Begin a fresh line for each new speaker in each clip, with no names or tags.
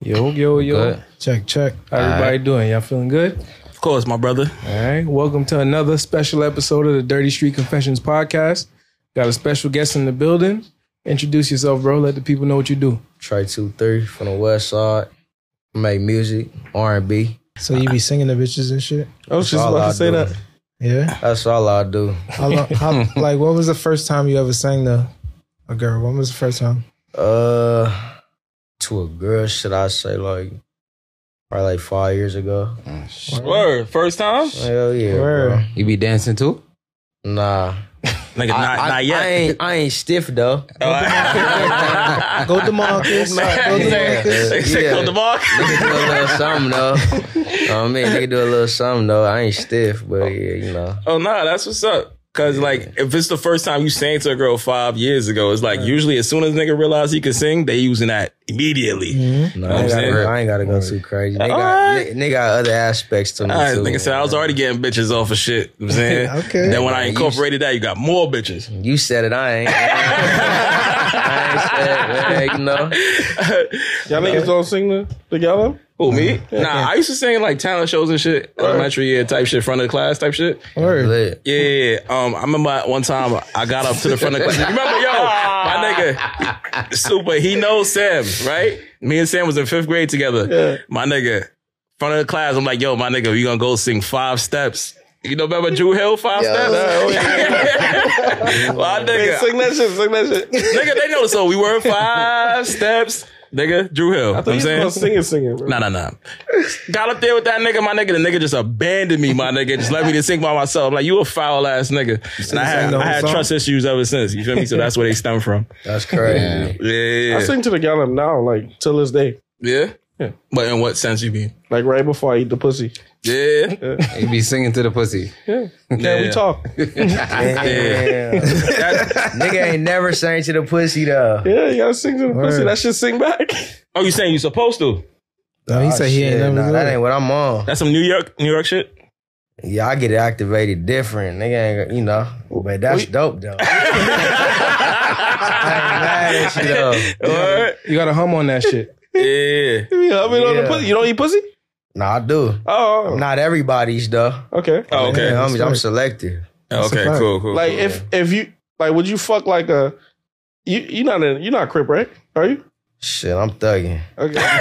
Yo, yo, yo.
Good.
Check, check. How everybody doing? Y'all feeling good?
Of course, my brother.
All right. Welcome to another special episode of the Dirty Street Confessions podcast. Got a special guest in the building. Introduce yourself, bro. Let the people know what you do.
Trey two thirty from the West Side. I make music, R and B.
So you be singing the bitches and shit?
I was just about to say that.
Yeah.
That's all I do.
How long, how, like, what was the first time you ever sang the a girl? When was the first time?
Uh, to a girl, should I say like probably like five years ago?
Word, first time?
Hell yeah,
Word.
You be dancing too?
bro. Nah,
Nigga, not,
I,
not yet. Oh.
I ain't, I ain't stiff though.
Go Demarcus. Go Demarcus.
Except
Yeah.
on the mark.
Nigga do a little something though. I mean, nigga do a little something though. I ain't stiff, but yeah, you know.
Oh nah, that's what's up. Cause like if it's the first time you sang to a girl five years ago, it's like usually as soon as nigga realize he can sing, they using that immediately.
No,
Know
I,
what I'm
ain't gotta,
saying?
I ain't gotta go too crazy. They got,
Alright.
they, they got other aspects to me
All right,
too.
nigga said I was already getting bitches off of shit. You know what I'm saying,
Okay.
Then when I
Yeah, you-
incorporated that, you got more bitches.
You said it. I ain't. I ain't said it. Man, you know.
Y'all niggas don't sing the, the yellow?
Who me? Nah, I used to sing like talent shows and shit, elementary year type shit, front of the class type shit.
Word.
Lit.
Yeah, yeah, yeah. Um, I remember at one time I got up to the front of the class. You remember, yo, my nigga, super. He knows Sam, right? Me and Sam was in fifth grade together. My nigga, front of the class. I'm like, yo, my nigga, we gonna go sing Five Steps. You know, remember Drew Hill Five Steps? my nigga,
Sing that shit, sing that shit.
nigga, they know the song. We were Five Steps, nigga. Drew Hill.
I
know what I'm
thought you
saying.
was singing, singing.
Nah, nah, nah. Got up there with that nigga, my nigga. The nigga just abandoned me, my nigga. Just let me to sing by myself. Like you a foul ass nigga. And I had, I had trust issues ever since. You feel me? So that's where they stem from.
That's crazy.
Yeah, yeah,
I
yeah.
sing to the gallop now, like till this day,
yeah.
Yeah.
But in what sense you mean?
like right before I eat the pussy.
Yeah,
You be singing to the pussy.
Yeah,
Yeah.
yeah. we talk.
yeah. That-
Nigga ain't never sang to the pussy though.
Yeah, you gotta sing to the pussy. That shit sing back.
oh, you saying you supposed to?
No,
Ah,
he said he ain't
Oh, Shit,
never
nah,
done
that
it.
ain't what I'm on.
That's some New York, New York shit.
Yeah, I get it activated different. Nigga ain't, you know. But that's dope though. I ain't mad at you though.
What?
You got to hum on that shit.
Yeah.
You be humming on the
Yeah.
pussy. You don't eat pussy?
Nah, I do.
Oh,
Not everybody's though.
okay.
Oh, okay.
Yeah, I'm, I'm selective.
okay.
fact.
Cool. Cool.
Like
cool.
if if you like, would you fuck like a? You you not a you not a crip right? Are you?
Shit, I'm thugging.
Okay. yeah,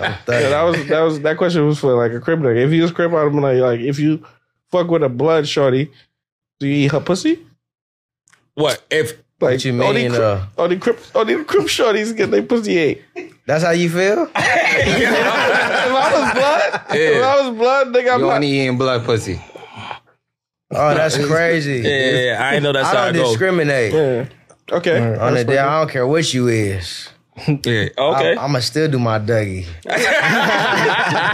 I'm thugging.
that was that was that question was for like a crip nigga. If you was crip, I'd have been like, like if you fuck with a blood shorty, do you eat her pussy?
what if?
Like
what you
all the
mean?
crip,
Uh,
all the crip, all the crip shorties get their pussy ate.
that's how you feel?
if I was blood, if I was blood, nigga, I'm
You
not.
only eating blood pussy.
Oh, that's crazy.
Yeah, yeah, yeah. I ain't know that's
I
how I
don't
go.
discriminate.
yeah. Okay.
On the day, I don't care what you is.
yeah. Okay.
I, am gonna still do my Dougie.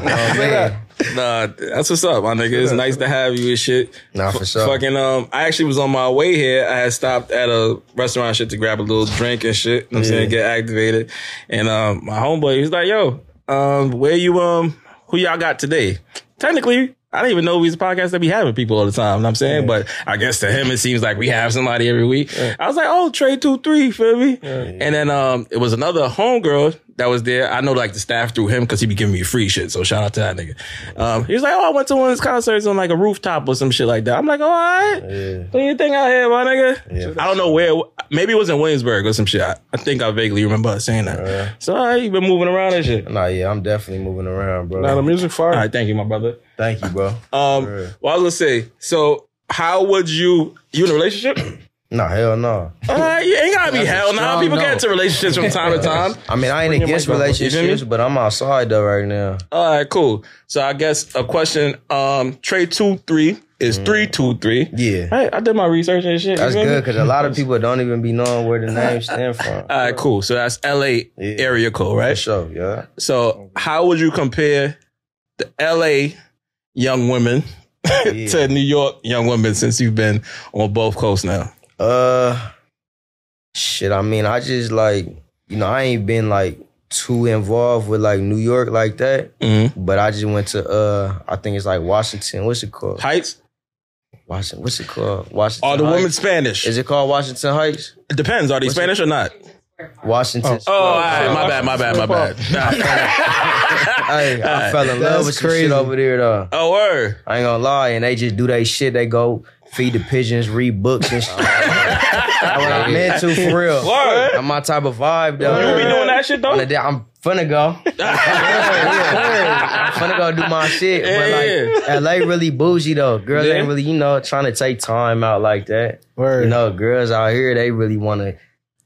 Oh, man.
Nah, that's what's up, my nigga. It's nice to have you and shit.
Nah, for
F-
sure.
Fucking um, I actually was on my way here. I had stopped at a restaurant shit to grab a little drink and shit. You know what I'm saying get activated, and um, my homeboy he was like, "Yo, um, where you um, who y'all got today?" Technically. I didn't even know we was a podcast that be having people all the time. You know what I'm saying? But I guess to him, it seems like we have somebody every week. I was like, oh, Trey 2 3, feel me? And then um, it was another homegirl that was there. I know like the staff through him because he be giving me free shit. So shout out to that nigga. Um, he was like, oh, I went to one of his concerts on like a rooftop or some shit like that. I'm like, oh, all right. Do you think out here, my nigga? I don't know where. Maybe it was in Williamsburg or some shit. I, I think I vaguely remember saying that. so all right, you been moving around and shit.
Nah, yeah, I'm definitely moving around, bro.
Now the music fire.
All right, thank you, my brother.
Thank you, bro.
Um, well, I was gonna say, so how would you? You in a relationship?
Nah, hell no.
Uh, you ain't gotta be hell nah.
strong
People
no.
get into relationships from time to time.
I mean, I ain't against relationships, but I'm outside though right now.
All right, cool. So I guess a question. Um, Trey two three
Mm.
is three two three.
Yeah,
Hey, I did my research and shit. you
that's
feel me?
good because a lot of people don't even be knowing where the name stand from.
All right, cool. So that's L.A. area code,
For
Uh, right?
sure, yeah.
So how would you compare the L.A. young women
Yeah.
to New York young women since you've been on both coasts now?
Uh, shit. I mean, I just like you know, I ain't been like too involved with like New York like that,
Mhm.
but I just went to uh, I think it's like Washington. What's it called?
Heights?
Washington. What's it called? Washington.
Are Oh, the
Heights?
women Spanish?
Is it called Washington Heights?
It depends. Are they Spanish or not?
Washington.
Oh, all right, my bad, my bad, my bad.
Hey, I fell in
That's
love with some shit
crazy.
over there though.
oh, word.
I ain't gonna lie, and they just do they shit. They go feed the pigeons, read books and shit. That's what I'm into for real.
Word.
I'm my type of vibe though.
You be doing that shit
On
though?
the day- I'm finna go. I'm finna go do my shit. but like LA really bougie though. Girls
Yeah.
ain't really, you know, trying to take time out like that.
Word.
You know, girls out here, they really wanna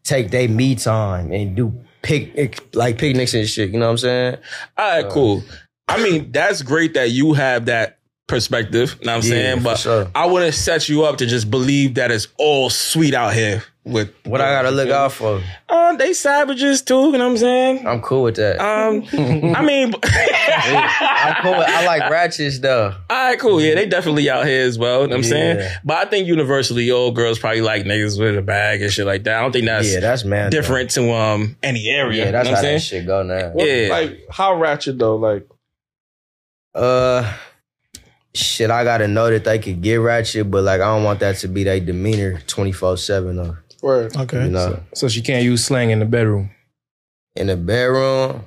take their me time and do pic like picnics and shit. You know what I'm saying? Uh,
All right, cool. I mean, that's great that you have that perspective. You know what I'm
Yeah,
saying?
for
But
sure.
I wouldn't set you up to just believe that it's all sweet out here with
What I gotta look out for.
um, they savages too, you know what I'm saying?
I'm cool with that.
Um, I mean,
I'm cool with I like ratchets though.
all right, cool. Yeah, they definitely out here as well. You know what I'm saying?
Yeah.
But I think universally, old girls probably like niggas with a bag and shit like that. I don't think that's,
yeah, that's man. though.
different to um any area.
Yeah, that's
you know
how
what I'm
that
saying?
shit go now.
Yeah.
Like how ratchet though? Like
Uh, shit, I gotta know that they could get ratchet, but like I don't want that to be their demeanor twenty four seven though.
where
Okay.
You know,
So she can't use slang in the bedroom.
in the bedroom,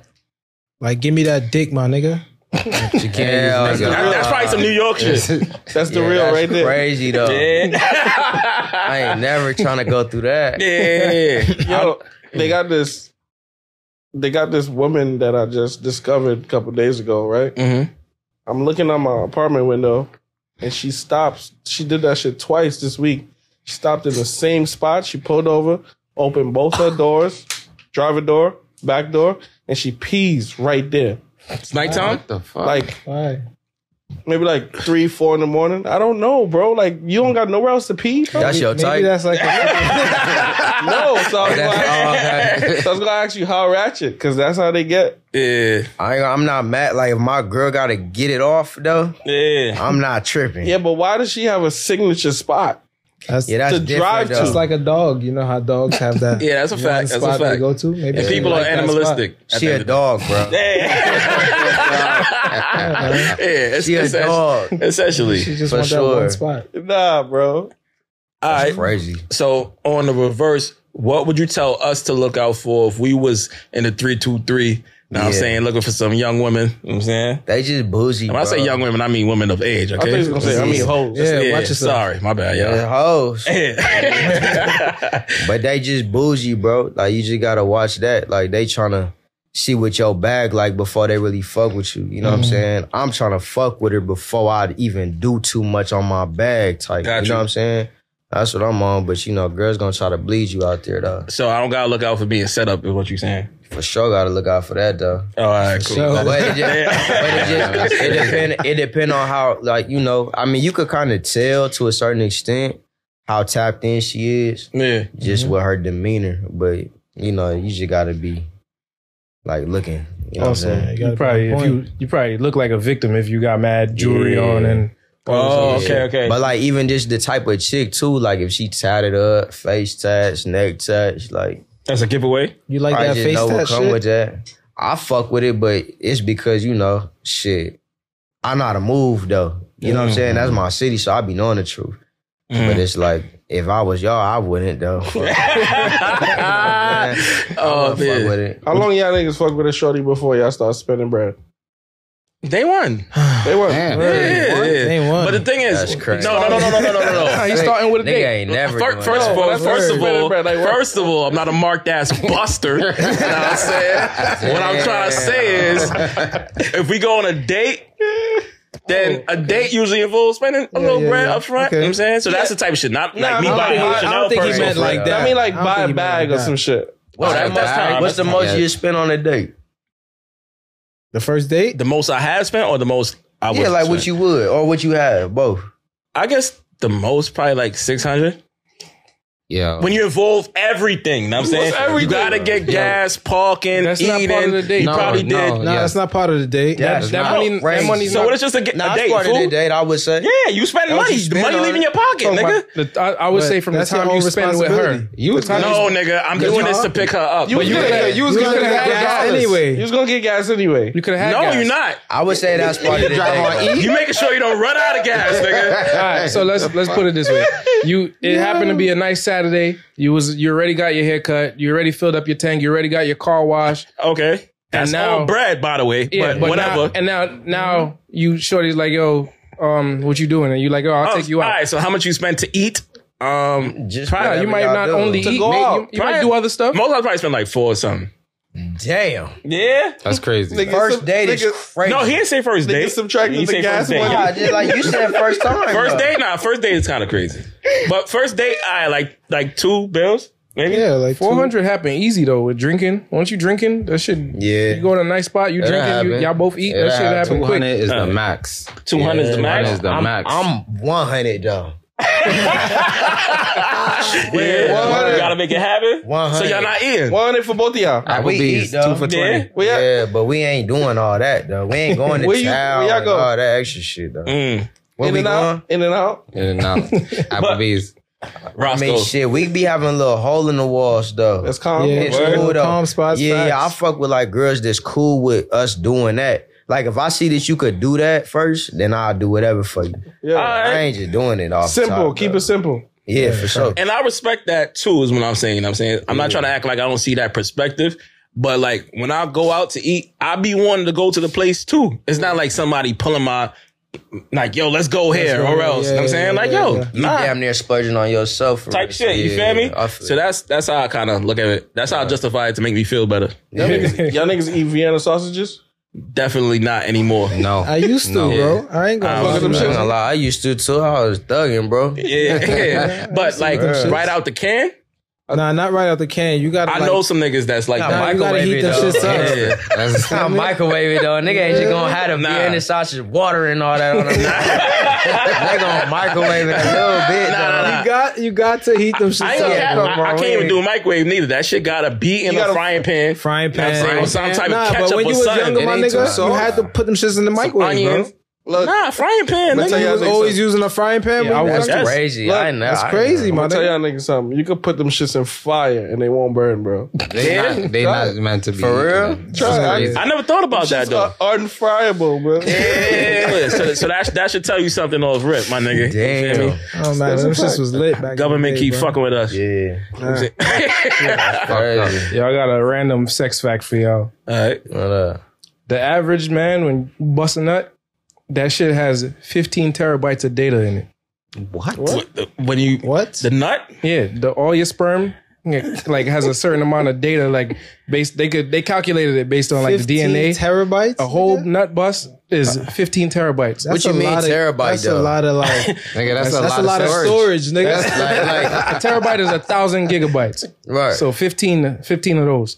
Like, give me that dick, my nigga.
She can't
Hell
use
no.
nigga.
That- that's probably some New York shit.
that's the
Yeah,
real
that's
right there.
Crazy though.
Yeah.
I ain't never trying to go through that.
yeah.
Yo, they got this. They got this woman that I just discovered a couple days ago. Right,
Mm-hmm.
I'm looking out my apartment window, and she stops. She did that shit twice this week. She stopped in the same spot. She pulled over, opened both her doors, driver door, back door, and she pees right there.
It's nighttime.
Uh,
What the fuck?
Like
Why?
maybe like three, four in the morning. I don't know, bro. Like you don't got nowhere else to pee. bro?
That's your
Maybe
type.
that's like a,
no, so I
That's
was
all
gonna,
I got.
so I was gonna ask you how ratchet, because that's how they get.
Yeah.
I ain't, I'm not mad. Like if my girl gotta get it off though,
Yeah.
I'm not tripping.
Yeah, but why does she have a signature spot?
that's
Yeah, that's
To
different
drive
though.
to,
just like a dog. You know how dogs have that.
Yeah, that's a
you know,
fact.
the
That's a
spot They
fact.
go to. Maybe
And
they
people are
like that
animalistic. at
she
the
a
end of the-
dog, bro.
Yeah. yeah. It's,
She a
it's- it's-
dog.
spot. She
Essentially.
just
For
wants that
sure.
one spot.
Nah, bro.
All
That's
right.
crazy.
So on the reverse, what would you tell us to look out for if we was in the three two three? Know what I'm
Yeah.
saying looking for some young women. You know what I'm saying.
They just bougie.
When I say
bro.
young women, I mean women of age.
I thought
Okay.
you was gonna say, I mean hoes.
Yeah,
Yeah,
watch yourself.
Sorry, my bad, y'all.
They're hoes.
Yeah.
But they just bougie, bro. Like you just gotta watch that. Like they tryna see what your bag like before they really fuck with you. You know what I'm saying? I'm trying to fuck with her before I even do too much on my bag type.
Got
you
you.
know what I'm saying? That's what I'm on. But you know, girls gonna try to bleed you out there though.
so I don't gotta look out for being set up, is what you saying?
For sure, gotta look out for that though.
Oh, all right, cool.
But
Got it.
it just, but it just it depend it depend on how like you know. I mean, you could kind of tell to a certain extent how tapped in she is.
yeah.
just with her demeanor. But you know, you just gotta be like looking. You know what I'm saying?
You
You
gotta
probably
put a
if you
point.
you probably look like a victim if you got mad jewelry
Yeah.
on and
Oh,
all this other
okay,
shit.
okay.
But like even just the type of chick too, like if she tatted up, face tats, neck tats, like
That's a giveaway.
You like
I
that
just
face
know
that
what come
shit?
with that. I fuck with it, but it's because you know, shit. I know how to move though. You know what I'm saying? That's my city, so I be knowing the truth.
Mm.
But it's like if I was y'all, I wouldn't though. You know what I'm saying? I
Oh,
wouldn't fuck
man.
with it.
How long y'all niggas fuck with a shorty before y'all start spinning bread?
They won.
They were
Damn.
Yeah, yeah.
They won.
But the thing is,
That's crazy.
no, no, no, no, no, no, no, no.
He's starting with a
Nigga
dick.
ain't never.
Fir-
doing
First,
that.
of all, first of all,
Bread, like, what?
first of all, I'm not a marked ass buster. you know what I'm saying? What I'm trying to say is, if we go on a date, then a date usually involves spending a little
yeah,
bread
yeah.
up front. You know what I'm saying? So that's the type of shit. Not like me
I don't
buying
think-
a
I
Chanel
don't think he
purse.
meant like that.
I mean, like
I don't
buy
think
a
he meant
bag
like
or
that.
some shit.
What's,
Oh,
the,
that- that's
most-
time.
what's the most you spend on a date?
the first date?
The most I have spent, or the most I would
Yeah, like
spend?
what you would or what you have, both.
I guess the most probably like six hundred.
Yeah.
When you involve everything, you know what I'm saying?
What's
You gotta get gas, parking,
That's not
eating.
part of the date.
You
No,
probably
no.
did.
No,
Yeah.
that's not part of the date.
Yeah,
That
Nah,
money, that
crazy.
money's
So
not.
what it's just a, get,
Nah,
a
that's
date,
part of the
fool.
date. I would say.
Yeah, you spending
That's what
money.
you
The
spend
money
on
leaving
it.
your pocket,
Talking
nigga.
about the- I, I would
But
say from the
that's your
time
own
you spend with her,
responsibility.
You was gonna,
No, nigga, I'm doing this to pick her up.
You
But
was
you-
gonna,
could've-
you was
you
gonna,
could've
get
had
gas
dollars.
anyway. You was gonna get gas anyway.
you could have had.
no,
gas.
you're not.
I would say that's part of the date.
You making sure you don't run out of gas, nigga.
All right, so let's let's put it this way: you it happened to be a nice Saturday. You was you already got your haircut. You already filled up your tank. You already got your car washed.
Okay. That's
now-
old bread, by the way. but,
now-
whatever.
and now now you shorty's like yo, um, what you doing? And you like yo, I'll
Oh,
take you out.
All right. So how much you spent to eat? Um,
Just
Nah,
Yeah,
whatever
you might
y'all
not
doing.
only
To
eat,
go
may-
out.
you, you might
Try
do
it.
other stuff.
most I probably spent like four or something.
Damn.
Yeah.
That's crazy.
First date is
niggas-
crazy.
No, he didn't say first
Nigga
date.
subtracted
He
the
said
gas
first date.
money.
Nah, just like you said, first time.
First
though.
date, nah. First date is kind of crazy. But first date, I like like two bills, maybe.
Yeah, like
Four
400.
hundred happen easy though with drinking. Once you drinking, that shit.
Yeah.
You go to a nice spot, you
That
drinking, you,
happen.
y'all both eat.
It
that shit happen
Two hundred
quick.
is
Uh,
the max.
Two hundred is the max.
200 is the
I'm-
max.
I'm 100 though.
Yeah,
One
you gotta make it happen.
One
So y'all
hundred.
not in.
One hundred for both of
Ah,
y'all.
Applebee's,
we eat, though.
two for
Yeah.
twenty.
Where y'all-
yeah, but we ain't doing all that though. We ain't going to
Where you-
town
where y'all
and
go? Mm-hmm.
all that extra shit though.
Mm,
Where
in
we
and
going?
out. In and out.
And now Applebee's.
I
Roscoe.
mean, shit, we be having a little hole in the walls though.
That's calm.
Yeah.
It's
Word.
cool though.
Calm spots,
yeah, yeah, I
facts.
fuck with like girls that's cool with us doing that. Like if I see that you could do that first, then I'll do whatever for you.
Yeah.
I ain't just doing it off. the
Simple.
top,
Keep
uh,
though.
it simple.
Yeah, for sure.
And I respect that too, is what I'm saying. I'm saying I'm not trying to act like I don't see that perspective. But like when I go out to eat, I be wanting to go to the place too. It's not like somebody pulling my like, yo, let's go here or else. you know what I'm saying? like, yo,
You
Ah.
nah.
damn near splurging on yourself. For
Type
real.
shit, you
Yeah,
feel me?
I feel
So that's that's how I kind of look at it. That's how I justify it to make me feel better.
Y'all niggas, y'all niggas eat Vienna sausages.
Definitely not anymore. Um,
No.
I used to,
No.
bro. I ain't
I was
gonna fuck
I'm
with them
not
shit.
gonna lie, I used to too. I was thugging, bro.
Yeah, but like
shits.
right out the can,
Nah, not right out the can. You gotta.
I
like,
know some niggas that's like
Nah,
that.
you gotta heat them shits up.
Yeah.
That's
I microwave it though. Nigga ain't just gonna have to
Nah.
nah. in the sausage water and all that on them. they gonna microwave it a little bit
Nah,
though.
nah, nah.
You got. You got to heat them shits
I, ain't gonna cap,
up.
I, I can't even do a microwave neither. That shit gotta be in a
gotta-
frying pan.
Frying
You know what I'm
pan.
saying? Or some type of
nah,
ketchup
but when
or
you was
something.
younger,
It
my
ain't too
nigga, you
soft.
had to put them shits in the microwave,
onions.
bro.
Look,
Nah, frying pan.
I'ma
nigga.
tell
You
y'all
was
niggas
always
something.
using a frying pan.
Yeah, I
bro.
was
That's-
crazy.
look,
I know.
That's
I
crazy,
I'm
my
gonna tell
nigga.
y'all niggas something. You could put them shits in fire and they won't burn, bro.
they not, they
Try
not meant to be
For real?
Try
Try
it.
crazy.
I never thought about that
Shits
though.
are unfriable, bro.
Yeah, so, so that that should tell you something off rip, my nigga. You feel me?
Damn.
Oh man, them shits was lit back. in
Government
the day,
keep
bro.
fucking with us.
Yeah.
Crazy.
Y'all got a random sex fact for y'all.
All right.
What up?
The average man when bust a nut, that shit has 15 terabytes of data in it.
What the- When you
What?
the nut?
Yeah, the all your sperm yeah, like has a certain amount of data. Like based, they could they calculated it based on like the
15
DNA.
terabytes.
a whole
nigga?
nut bust is 15 terabytes.
That's
What you
a
mean
lot of-
terabyte,
That's
though?
a lot of like.
Nigga, that's, a,
That's
lot
a lot of storage, nigga.
Like, like,
a terabyte is a thousand gigabytes.
right.
So 15, 15 of those.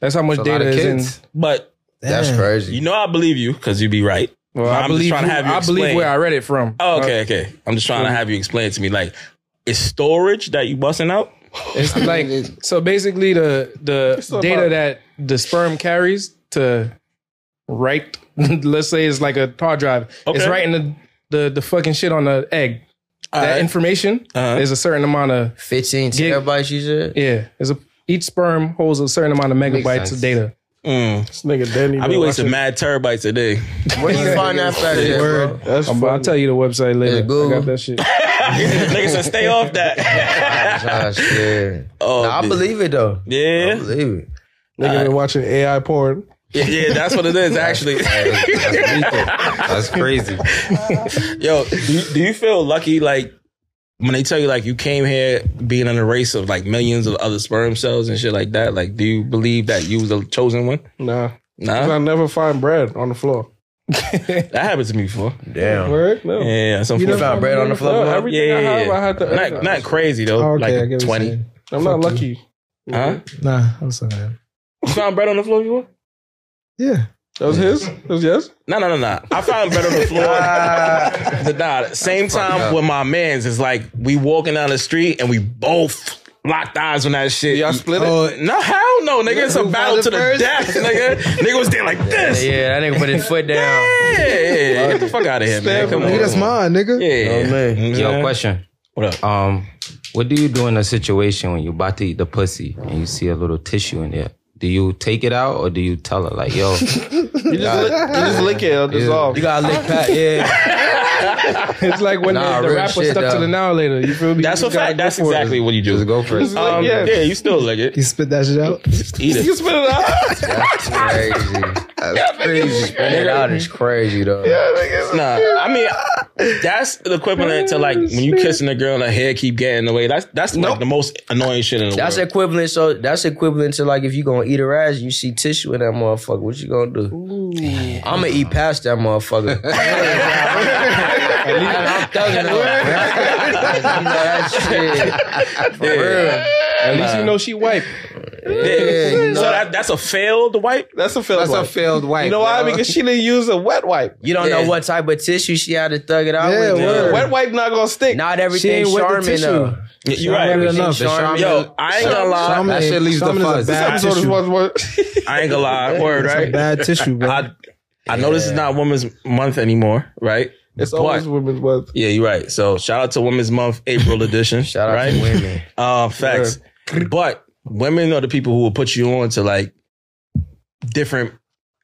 That's how much
a lot
data
of
is in.
kids.
But
that's
Damn.
crazy.
you know I believe you because you be right.
Well,
I'm
I
just
believe
trying to
who-
have you
I
explain.
believe where I read it from.
Oh, okay, okay. I'm just trying to have you explain it to me. Like, it's storage that you busting out?
It's like so basically the the
about-
data that the sperm carries to write let's say it's like a hard drive. It's
Okay.
writing the, the the fucking shit on the egg. that
Alright.
information
Uh-huh.
is a certain amount of
15
Gig-
terabytes, you said?
yeah, is a each sperm holds a certain amount of megabytes
sense.
of data.
Mm.
This nigga Danny.
I be wasting mad terabytes a day.
Where you find that fact at, bro?
That's
Um, but I'll
funny.
tell you the website later.
It's Google.
I got that shit.
Nigga said, stay off that.
Gosh, yeah.
oh,
Nah, I
dude.
believe it though. I
Yeah.
believe it.
Nigga been watching AI porn.
yeah, yeah, that's what it is actually.
That's crazy.
Yo, do you, do you feel lucky like when they tell you like you came here being in a race of like millions of other sperm cells and shit like that? Like, do you believe that you was the chosen one?
Nah, 'Cause
Nah,
I never find bread on the floor.
that happened to me before.
Damn.
Word? No.
Yeah, some
You found bread on the floor?
No,
bro?
everything
yeah,
I
yeah,
have,
yeah.
I had to earn
Not
it.
not crazy though.
Oh, okay, I get what
like
you're
twenty.
saying.
I'm not lucky.
Huh?
Nah, I'm sorry.
You found bread on the floor before?
Yeah.
That was his. That was yes.
No, no, no, no. I found bread on the floor. the, nah, same time with my man's. It's like we walking down the street and we both locked eyes on that shit.
Y'all split it?
no, hell no, nigga. It's a
Oh. Who
battle to
found
the
it first?
death, nigga. nigga was there like this. Yeah,
Yeah, that nigga put his foot down.
yeah, yeah. Get the fuck out of here, man. Come on.
Nigga, that's mine, nigga.
Yeah, yeah.
man.
Mhm.
Yo, question.
What up?
Um, what do you do in a situation when you about to eat the pussy and you see a little tissue in there? do you take it out or do you tell her like, yo,
You just, lick, you just lick it, it'll dissolve.
You gotta lick Pat. Yeah.
It's like when
Nah,
the, the
real
rapper
shit,
stuck to
though.
the now later. You feel me?
That's
You
a fact.
gotta
That's
go for it.
exactly what you
just
do.
go for it.
Like,
Um,
yeah.
yeah, you still lick it.
You spit that shit out.
Just eat
You
it.
spit it out.
That's crazy. That's crazy. Spin it out is crazy though.
Nah, I mean that's the equivalent to like when you kissing a girl and her hair keep getting in the way. That's that's like the most annoying shit in the
That's
world.
equivalent. So that's equivalent to like if you gonna eat her ass, you see tissue in that motherfucker. What you gonna do? I'm gonna eat past that motherfucker. And I'm thugging on it. You know that shit. For real.
At least you know she wiped.
Yeah, you, know,
so that, that's a failed wipe.
That's a failed
That's
wipe.
a failed wife.
you know why? Because she didn't use a wet wipe.
you don't
Yeah.
know what type of tissue she had to thug it out
Yeah,
with.
word.
Wet wipe not gonna stick.
Not
She
everything
ain't with the
Charmin
tissue.
though.
You're
Charmin
right.
enough.
The Charmin-
Yo, I ain't gonna lie.
That shit leaves the
Charmin is a
fuzz.
Bad
So this
tissue.
was what-
I ain't gonna lie. Word,
It's a
right?
bad tissue, bro.
I I know this is not Women's Month anymore, right?
It's always
But-
women's worth.
yeah, you're right. So shout out to Women's Month April edition.
Shout out
right?
to women.
Uh, facts. But women are the people who will put you on to like different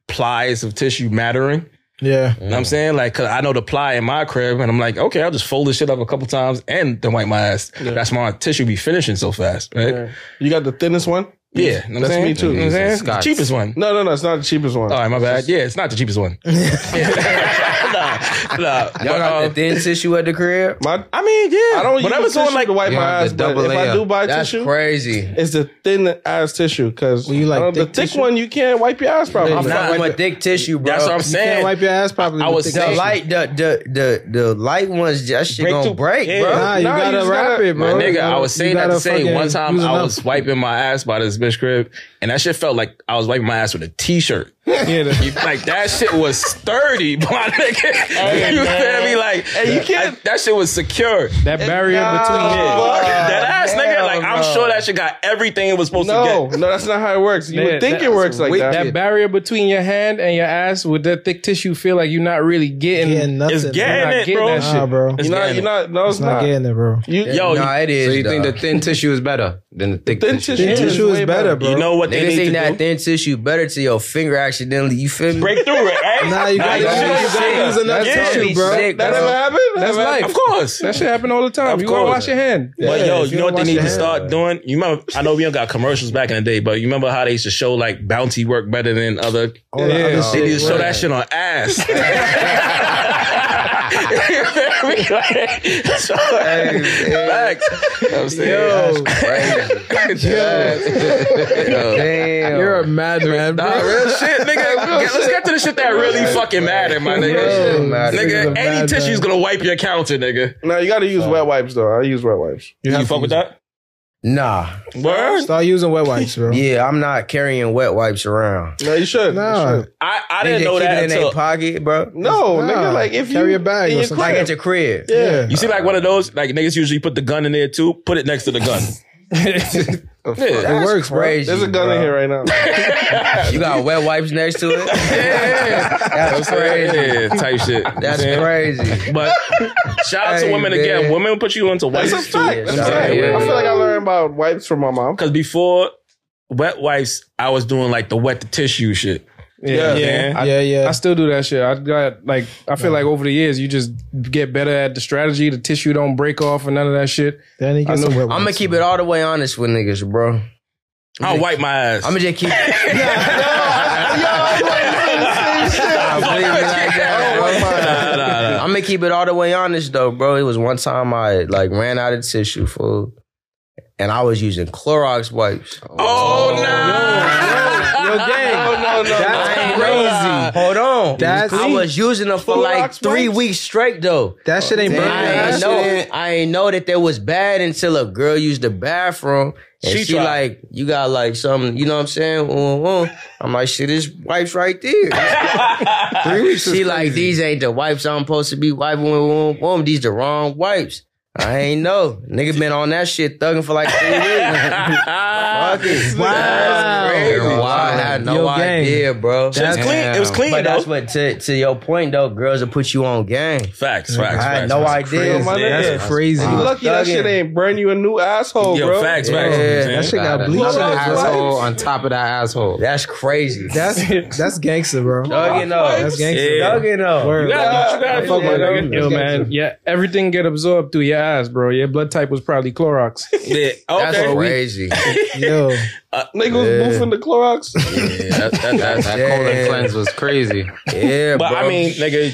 plies of tissue mattering.
yeah.
You know what I'm saying? Like, cause I know the ply in my crib and I'm like, okay, I'll just fold this shit up a couple times and then wipe my ass. That's why my tissue be finishing so fast, right? Yeah.
You got the thinnest one?
you know what I'm
That's
saying?
me too.
You know what I'm saying? It's The
Scott's.
cheapest one.
No, no, no. It's not the cheapest one.
All right, my bad. Yeah, it's not the cheapest one. nah, nah. But,
Y'all got
um,
the thin tissue at the crib?
My,
I mean, yeah.
I don't
Whatever's
use tissue
on like
to wipe
Yeah,
my
the
ass, but
double
if I
layer.
do buy
That's
tissue,
crazy.
it's the thin ass tissue because
Well, you like
the
thick
thick
tissue?
one you can't wipe your ass properly.
I'm
Nah,
talking
like-
about thick tissue, bro.
That's what I'm
You can't
saying.
wipe your ass properly.
I
with
was
thick
saying-
The
tissue.
light, the the the the light ones, that shit
Break
gonna
through.
break,
Yeah.
bro.
Nah, you
Nah, you
gotta
just
wrap
gotta-
it,
My
bro.
nigga,
You gotta-
I was
you
saying that
gotta
to say
fucking
one time
use
I
enough.
was wiping my ass by this bitch crib, and that shit felt like I was wiping my ass with a t-shirt.
Yeah, the-
You- like that shit was sturdy, my nigga. you feel me? Like
Hey, you can't-
I- that shit was secure.
that barrier
Nah,
between.
fuck
Fuck that ass, nigga.
hell
Like I'm
no.
sure that shit got everything it was supposed
No,
to get.
no, that's not how it works. You
Yeah,
would think
that-
it works like
wait,
that.
That barrier between your hand and your ass with that thick tissue feel like you're not really getting.
Getting nothing.
It's
bro.
not
getting it,
getting
bro.
that shit.
Nah, bro.
It's
you're not, you're
getting it.
not, no, it's,
It's
not.
not getting it, bro.
You,
Yo,
nah, it is.
So you think
though.
the thin tissue is better than the thick
thin
tissue?
tissue,
Tissue
way
is better, bro.
you know what they
Niggas
need
ain't
to
that
do?
thin tissue better to your finger accidentally. You feel me?
Break through it, right?
Nah, you gotta,
you
you
should've said
gotta use
that.
enough
Yeah.
tissue,
Totally
bro.
sick,
That
bro.
never happened? That
That's
never
life.
Of course.
That shit happen all the time.
Of
you gotta
course.
wash your hand.
But yo, you, know what they need to
hand.
start doing? You remember? I know we don't got commercials back in the day, but you remember how they used to show like bounty work better than other?
All the other
They
shit.
used to show that shit on ass. You feel me? Like, so- Facts. You know what I'm saying?
That's crazy. Damn.
You're a madman, bro.
Nah, real shit, nigga. Get- let's get to the shit that really fucking matter, my nigga.
Yo, matter.
Nigga,
This is a
any
madman.
tissue's gonna wipe your counter, nigga.
No, you got to use wet wipes, though. I use wet wipes.
You fuck with that?
Nah.
Word?
Start using wet wipes, bro.
Yeah, I'm not carrying wet wipes around.
No, you should.
Nah.
You should.
I, I
They
didn't know
keep
that
it in
until
their pocket, bro.
No,
Nah.
nigga, like if
Carry
you
a bag
in
or
your
something.
Like
crib.
at your crib.
Yeah.
You see, like one of those, like niggas usually put the gun in there too. Put it next to the gun. yeah.
It works, bro.
Crazy.
There's a gun
bro.
in here right now.
You got wet wipes next to it? That's crazy.
yeah, type shit.
That's
Yeah.
crazy.
But shout out to
Hey,
women
man.
again. Women put you onto
That's
wipes
a fact.
Yeah,
That's a fact.
yeah.
I feel like I learned about wipes from my mom.
because before wet wipes, I was doing like the wet the tissue shit.
Yeah.
Yeah.
I-
Yeah, yeah.
I still do that shit. I got like I feel like over the years you just get better at the strategy. The tissue don't break off and none of that shit.
Then he gets
I know.
some wet
I'm gonna keep it all the way honest with niggas, bro. I'm
I'll wipe my ass.
gonna just keep.
Nah,
believe me like that,
Oh,
bro.
nah, nah, nah.
I'm gonna keep it all the way honest though, bro. It was one time I like ran out of tissue, fool, and I was using Clorox wipes.
Oh, nah.
Yo, gang.
No, no, no.
That's
I ain't
crazy.
Hold on,
That's-
I was using them for like
Clorox
three
wipes?
weeks straight though.
That shit ain't burning.
I
That
ain't
shit
know. I ain't know that that was bad until a girl used the bathroom and
She
she,
tried.
like, you got like something. You know what I'm saying? Ooh, ooh. I'm like, shit, this wipes right there. Three weeks. She like, these ain't the wipes I'm supposed to be wiping. With. Ooh, ooh, ooh. These the wrong wipes. I ain't know. Nigga been on that shit thugging for like three weeks. Fuck it. Wow. I had no
Yo, gang.
idea, bro.
It was clean. It was clean,
but
though.
that's what to to your point though, girls will put you on game.
facts, facts,
I had
facts.
no
facts.
idea.
My
Yeah.
nigga.
Crazy.
You lucky that
Thugging.
shit ain't burn you a new asshole,
Yo,
bro.
facts,
Yeah,
facts. you know what I'm
that
saying?
shit got
Got
bleach
another
in it, bro.
asshole on top of that asshole.
That's crazy.
That's that's gangster, bro.
thugging up.
That's gangster.
Yeah.
Thugging up.
You gotta do what you gotta do,
Fuck
my
with
nigga.
it.
Yo,
Let's get
man,
to
yeah, everything get absorbed through your eyes, bro. Your blood type was probably Clorox.
Yeah,
That's
okay.
crazy.
Yo,
Nigga was
Yeah.
boofing the Clorox.
Yeah, that- that- that's-
That
Yeah.
colon cleanse was crazy.
Yeah,
But
bro.
I mean, nigga,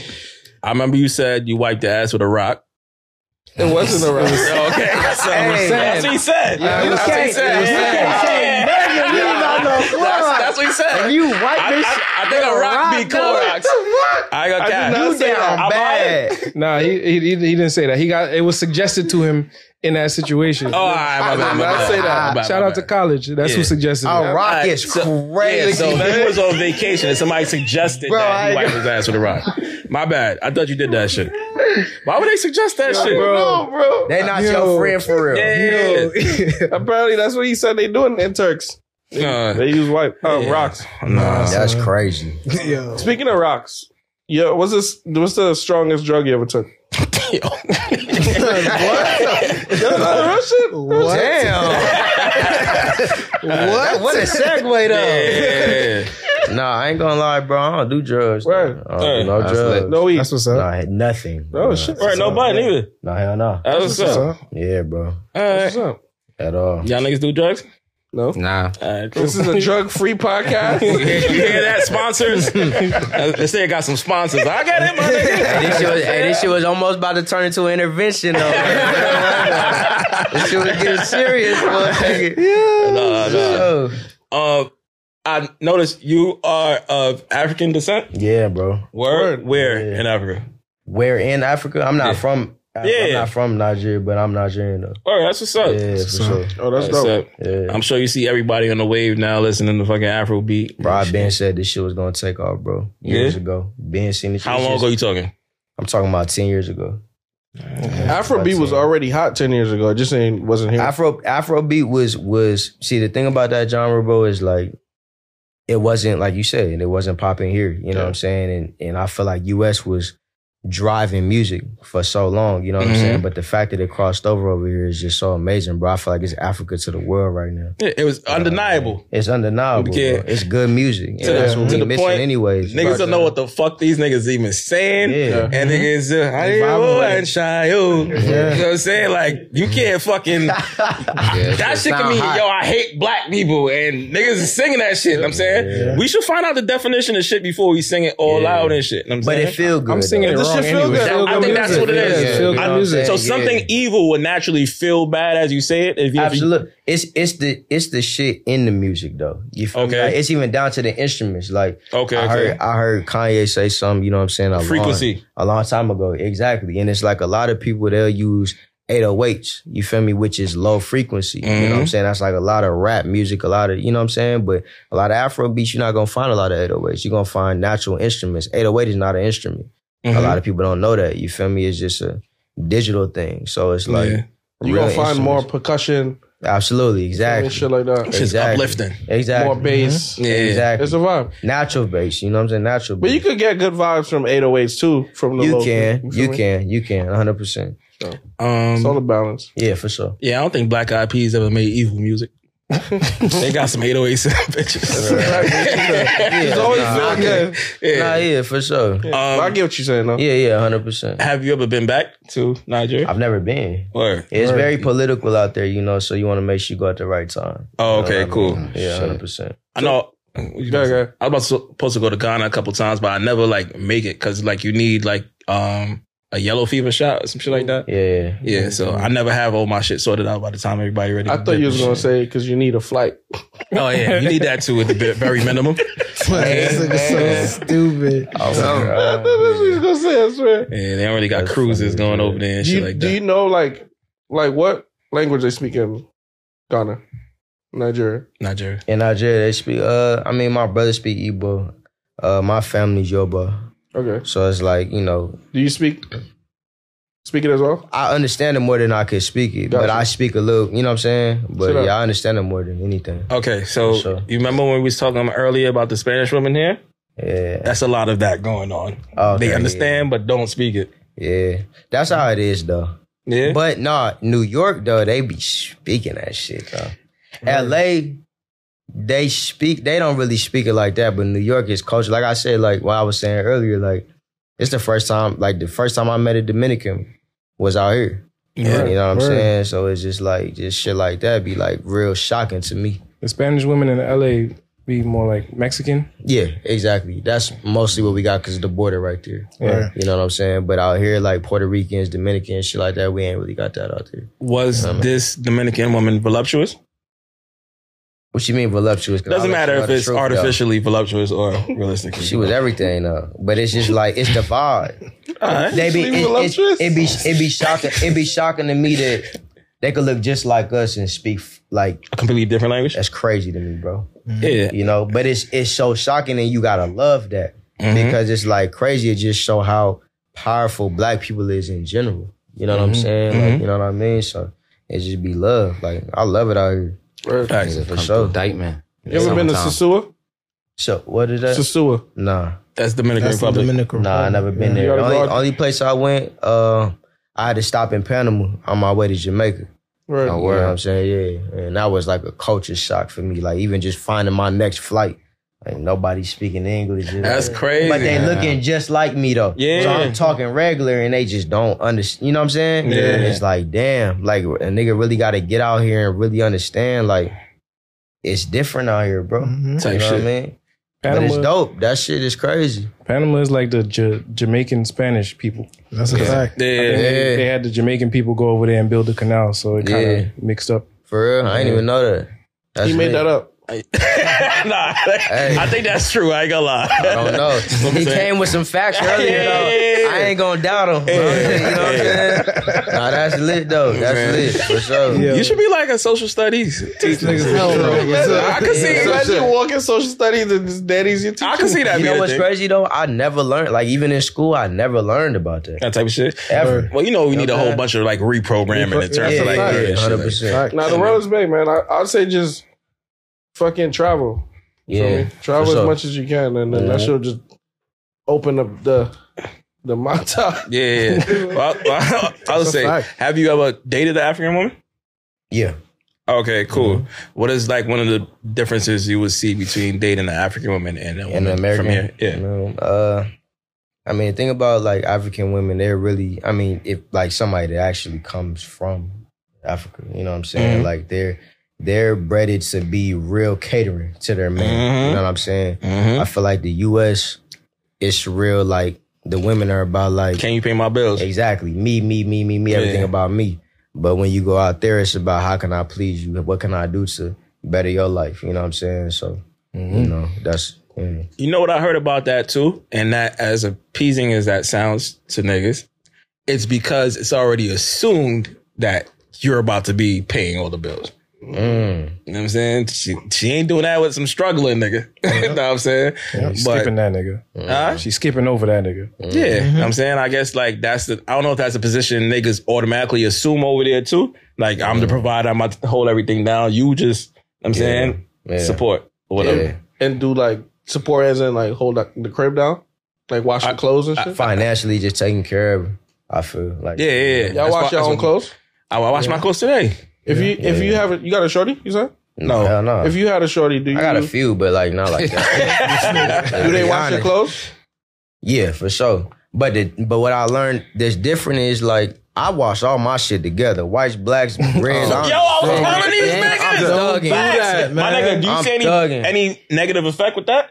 I remember you said you wiped the ass with a rock.
It wasn't a rock.
Oh, okay, that's what,
Hey.
that's what he said.
you
that's what he
can't-
said.
you
Yeah.
can't say
Yeah.
nothing about no
That's,
Clorox.
that's what he said.
you wipe
I,
this
I, I think a rock, beat Clorox. I got
did
cat.
not
You
say
down
I'm
bad.
nah, he, he he didn't say that. He got it was suggested to him in that situation.
Oh, all right, my bad, my
not
bad.
say that.
My bad, my
Shout out to
bad.
college. That's who
Yeah.
suggested
A
it.
rock is
Yeah,
crazy,
so he
man.
was on vacation and somebody suggested
Bro,
that he
I-
wiped his ass with a rock. My bad. I thought you did that shit. Why would they suggest that shit?
No, bro.
They not
Yo.
your friend for real.
Yeah.
Apparently, that's what he said they doing in Turks.
Nah.
They use white uh, rocks.
Nah.
That's crazy.
yo,
Speaking of rocks, yeah, what's this? What's the strongest drug you ever took? That's not real shit. Real shit.
Damn. what? What a segue though.
Yeah.
Nah, I ain't gonna lie, bro. I don't do drugs.
Right.
I don't do no
That's
drugs.
lit.
No weed.
that's what's up.
Nah, I had nothing.
Oh
Nah,
shit.
Right, no button either.
Nah, hell no.
That's what's up.
Yeah, bro.
All right.
At all.
Y'all niggas do drugs?
Nah.
All right, cool.
This is a drug-free
You
podcast.
hear you hear that, sponsors? Uh, This nigga got some sponsors. I got it, my nigga.
Hey, this, shit was, hey, this shit was almost about to turn into an intervention, though. this shit was getting serious for a second.
Nah, nah.
Oh.
Uh, I noticed you are of African descent.
Yeah, bro.
Word? Where
Yeah.
in Africa?
Where in Africa? I'm not from.
Yeah.
I'm not from Nigeria, but I'm Nigerian though.
Word, that's what's up.
Yeah, for sure.
oh, that's
That's
dope.
up.
Yeah.
I'm sure you see everybody on the wave now listening to fucking Afrobeat.
Bro, I been said this shit was gonna take off, bro. Years
Yeah?
ago, been seen this.
How
shit
long
since-
ago you talking?
I'm talking about ten years ago.
Afrobeat was already hot ten years ago. It just ain't wasn't here.
Afro Afrobeat was was see the thing about that genre, bro, is like it wasn't like you said, it wasn't popping here. You know what I'm saying? And and I feel like US was driving music for so long. You know what
Mhm.
I'm saying? But the fact that it crossed over over here is just so amazing, bro. I feel like it's Africa to the world right now.
Yeah, It was undeniable.
It's undeniable.
We
Bro.
can't-
It's good music. And
To the-
that's what
to
we
the
missing
point,
anyways.
Niggas don't know what the fuck these niggas even saying.
Yeah.
And niggas, uh, "Hey,
vibing
oh,
with it.
and shy, oh." You know what I'm saying? Like, you can't fucking.
Yeah,
That shit can mean, yo, I hate black people, and niggas is singing that shit. know what I'm saying? We should find out the definition of shit before we sing it all out and shit. know what I'm
But
saying?
it feel good.
I'm singing it
This
wrong
shit feel
anyway.
good.
I think that's what it is.
Yeah, feel
you
good
know what I'm
music.
so
saying?
something
Yeah.
evil would naturally feel bad as you say it. If you, if you-
Absolutely. It's it's the it's the shit in the music though. You feel me?
Okay.
Like, it's even down to the instruments. Like
Okay,
I
okay.
heard I heard Kanye say something, you know what I'm saying? A
Frequency.
Long, a long time ago. Exactly. And it's like a lot of people they'll use 808s, you feel me, which is low frequency. You
Mm-hmm.
know what I'm saying? That's like a lot of rap music, a lot of, you know what I'm saying? But a lot of Afro beats, you're not gonna find a lot of 808s. You're gonna find natural instruments. 808 is not an instrument. A
Mm-hmm.
lot of
Mm-hmm.
people don't know that. You feel me? It's just a digital thing. So it's like
Yeah.
You
real
gonna find
instruments.
more percussion
Absolutely, exactly.
and shit like that.
Shit's
exactly.
uplifting.
Exactly. Mm-hmm.
More bass.
Yeah.
Exactly.
It's a vibe.
Natural bass. You know what I'm saying? Natural
But you
bass.
could get good vibes from 808s too. From the
You
low key.
can.
feel
You
me?
can. You can. 100%.
Um,
It's all the balance.
Yeah, for sure.
Yeah, I don't think Black Eyed Peas ever made evil music. they got some 808s bitches.
It's
always
nah,
feel good.
Nah, yeah, for sure.
But I get what you're saying though.
Yeah, yeah, 100%.
Um, Have you ever been back to Nigeria?
I've never been.
Or
It's very political out there, you know, so you want to make sure you go at the right time.
oh,
You know what I
okay,
mean?
cool.
Yeah, 100%.
I know. You guys- I was about to, supposed to go to Ghana a couple times, but I never like make it because like you need like um a yellow fever shot or some shit like that.
Yeah, yeah.
Yeah, so I never have all my shit sorted out by the time everybody ready.
I
to
thought
dip
you was
and
gonna
shit.
say because you need a flight.
Oh yeah, you need that too at the bit- very minimum.
this nigga so stupid.
Oh, my
I
God.
thought that's what you was gonna say. I swear.
Yeah, they already got
That's
cruises
funny,
going
dude.
over there and
Do
shit
you,
like
do
that.
you know like like what language they speak in Ghana, Nigeria?
Nigeria.
In Nigeria, they speak, uh, I mean, my brother speak Igbo. Uh, my family's Yoruba.
Okay.
So it's like, you know,
Do you speak Speak it as well.
I understand it more than I could speak it, but
Gotcha.
I speak a little. You know what I'm saying? But
Sit up.
yeah, I understand it more than anything.
Okay, so
For sure.
you remember when we was talking earlier about the Spanish woman here?
Yeah,
That's a lot of that going on.
Okay,
they understand but don't speak it.
yeah. That's how it is though.
Yeah.
But nah, New York though, they be speaking that shit though. LA, they speak, they don't really speak it like that, but New York is culture. Like I said, like what I was saying earlier, like it's the first time, like the first time I met a Dominican was out here.
Yeah.
You know what I'm
Word.
saying? So it's just like just shit like that be like real shocking to me.
The Spanish women in LA be more like Mexican.
Yeah, exactly. That's mostly what we got because the border right there.
Yeah.
You know what I'm saying? But out here, like Puerto Ricans, Dominicans, shit like that, we ain't really got that out there.
Was this Dominican woman voluptuous?
What you mean voluptuous? 'Cause
Doesn't
I'll let
matter
you know
if
the
it's
truth, though.
artificially voluptuous or realistically.
She was everything though, but it's just like it's the vibe.
All right.
They be it, it,
voluptuous?
it be it be shocking. It be shocking to me that they could look just like us and speak f- like
A completely different language.
that's crazy to me, bro.
Yeah.
You know, but it's it's so shocking and you gotta love that
Mm-hmm.
because it's like crazy. It just show how powerful Black people is in general. You know what I'm saying? Like, you know what I mean? So it just be love. Like I love it out here
Facts.
for
Come
sure.
through Dykeman.
You ever been to
Summertime.
Sasua?
So what is that?
Sasua.
Nah.
That's Dominican
That's the
Republic.
Dominican
Nah, I
Republic.
never been
Yeah.
there.
gotta
The only,
go out-
only place I went, uh, I had to stop in Panama on my way to Jamaica.
Oh,
Right.
You know what I'm
word.
saying? Yeah. And that was like a culture shock for me. Like even just finding my next flight. Like nobody speaking English. you know?
That's crazy.
But they looking just like me though.
Yeah.
So I'm talking regular and they just don't understand. You know what I'm saying?
Yeah.
And it's like, damn, like a nigga really gotta get out here and really understand. Like, it's different out here, bro.
Mm-hmm. Type
You know what I
shit.
mean? But it's
Panama,
dope. That shit is crazy.
Panama is like the Ja- Jamaican Spanish people.
That's a fact.
And
Yeah.
They, they had the Jamaican people go over there and build the canal, so it kind of
Yeah.
mixed up.
For real. I didn't even know that. That's
He made
lit.
that up.
nah, I think that's true. I ain't gonna lie.
I don't know.
I'm
he
saying.
came with some facts earlier
Yeah,
though.
yeah, yeah.
I ain't gonna doubt him. bro.
Yeah.
You know what I'm saying? Nah, that's lit though. That's
Man.
lit for sure.
You should be like a social studies teacher. I could see.
Imagine walking social studies and this daddy's your teacher.
I could see that.
You
being
know
a
what's
thing.
crazy though? I never learned. Like even in school, I never learned about that
That type of shit.
ever.
Well, you know, we need a whole bunch of like reprogramming in terms
Yeah,
of like yeah,
yeah,
shit
hundred
like-
percent.
Now the road's big, man. I, I'd say just fucking travel.
Yeah,
Travel
for
as
sure.
much as you can, and then that should just open up the the mata.
Yeah, yeah. Well, I, I would
a
say,
fact.
have you ever dated an African woman?
yeah.
Okay, cool. What is like one of the differences you would see between dating an African woman and a
And
woman
an American,
Mm-hmm. from here? Yeah.
you know, uh, I mean, think about like African women. They're really. I mean, if like somebody that actually comes from Africa, you know what I'm saying?
Mm-hmm.
Like they're they're bred to be real catering to their man.
Mm-hmm.
You know what I'm saying?
Mhm.
I feel like the U.S. It's real. Like the women are about like
Can you pay my bills?
exactly me, me, me, me, me. Everything
Yeah.
about me. But when you go out there, it's about how can I please you? What can I do to better your life? You know what I'm saying? So
Mm-hmm.
you know that's. mm.
You know what I heard about that too? And that as appeasing as that sounds to niggas, it's because it's already assumed that you're about to be paying all the bills.
Mm.
You know what I'm saying? She, she ain't doing that with some struggling nigga. you know what I'm saying?
She's
But-
skipping that nigga.
Huh?
She's skipping over that nigga.
Yeah, you know what I'm saying. I guess like that's the. I don't know if that's a position niggas automatically assume over there too. Like I'm the provider. I'm about to hold everything down. You just, you know what I'm saying,
Yeah.
support or whatever.
Yeah.
and do like support as in like hold the the crib down, like wash your clothes and shit.
Financially, just taking care of. her, I feel like
Yeah, yeah. yeah.
Y'all
That's why-
wash your
that's
own
what-
clothes.
I, I wash my clothes today.
If you if you have a, you got a shorty, you said.
No, hell no.
If you had a shorty, do you
Uh, I got a few, but like not like that.
do they wash your clothes?
Yeah, for sure. But the, but what I learned that's different is like I wash all my shit together. Whites, blacks, reds. I'm
Yo, I was
thugging.
telling these
Yeah,
niggas.
I'm thugging.
Facts. My nigga, do you
I'm
see any
thugging.
any negative effect with that?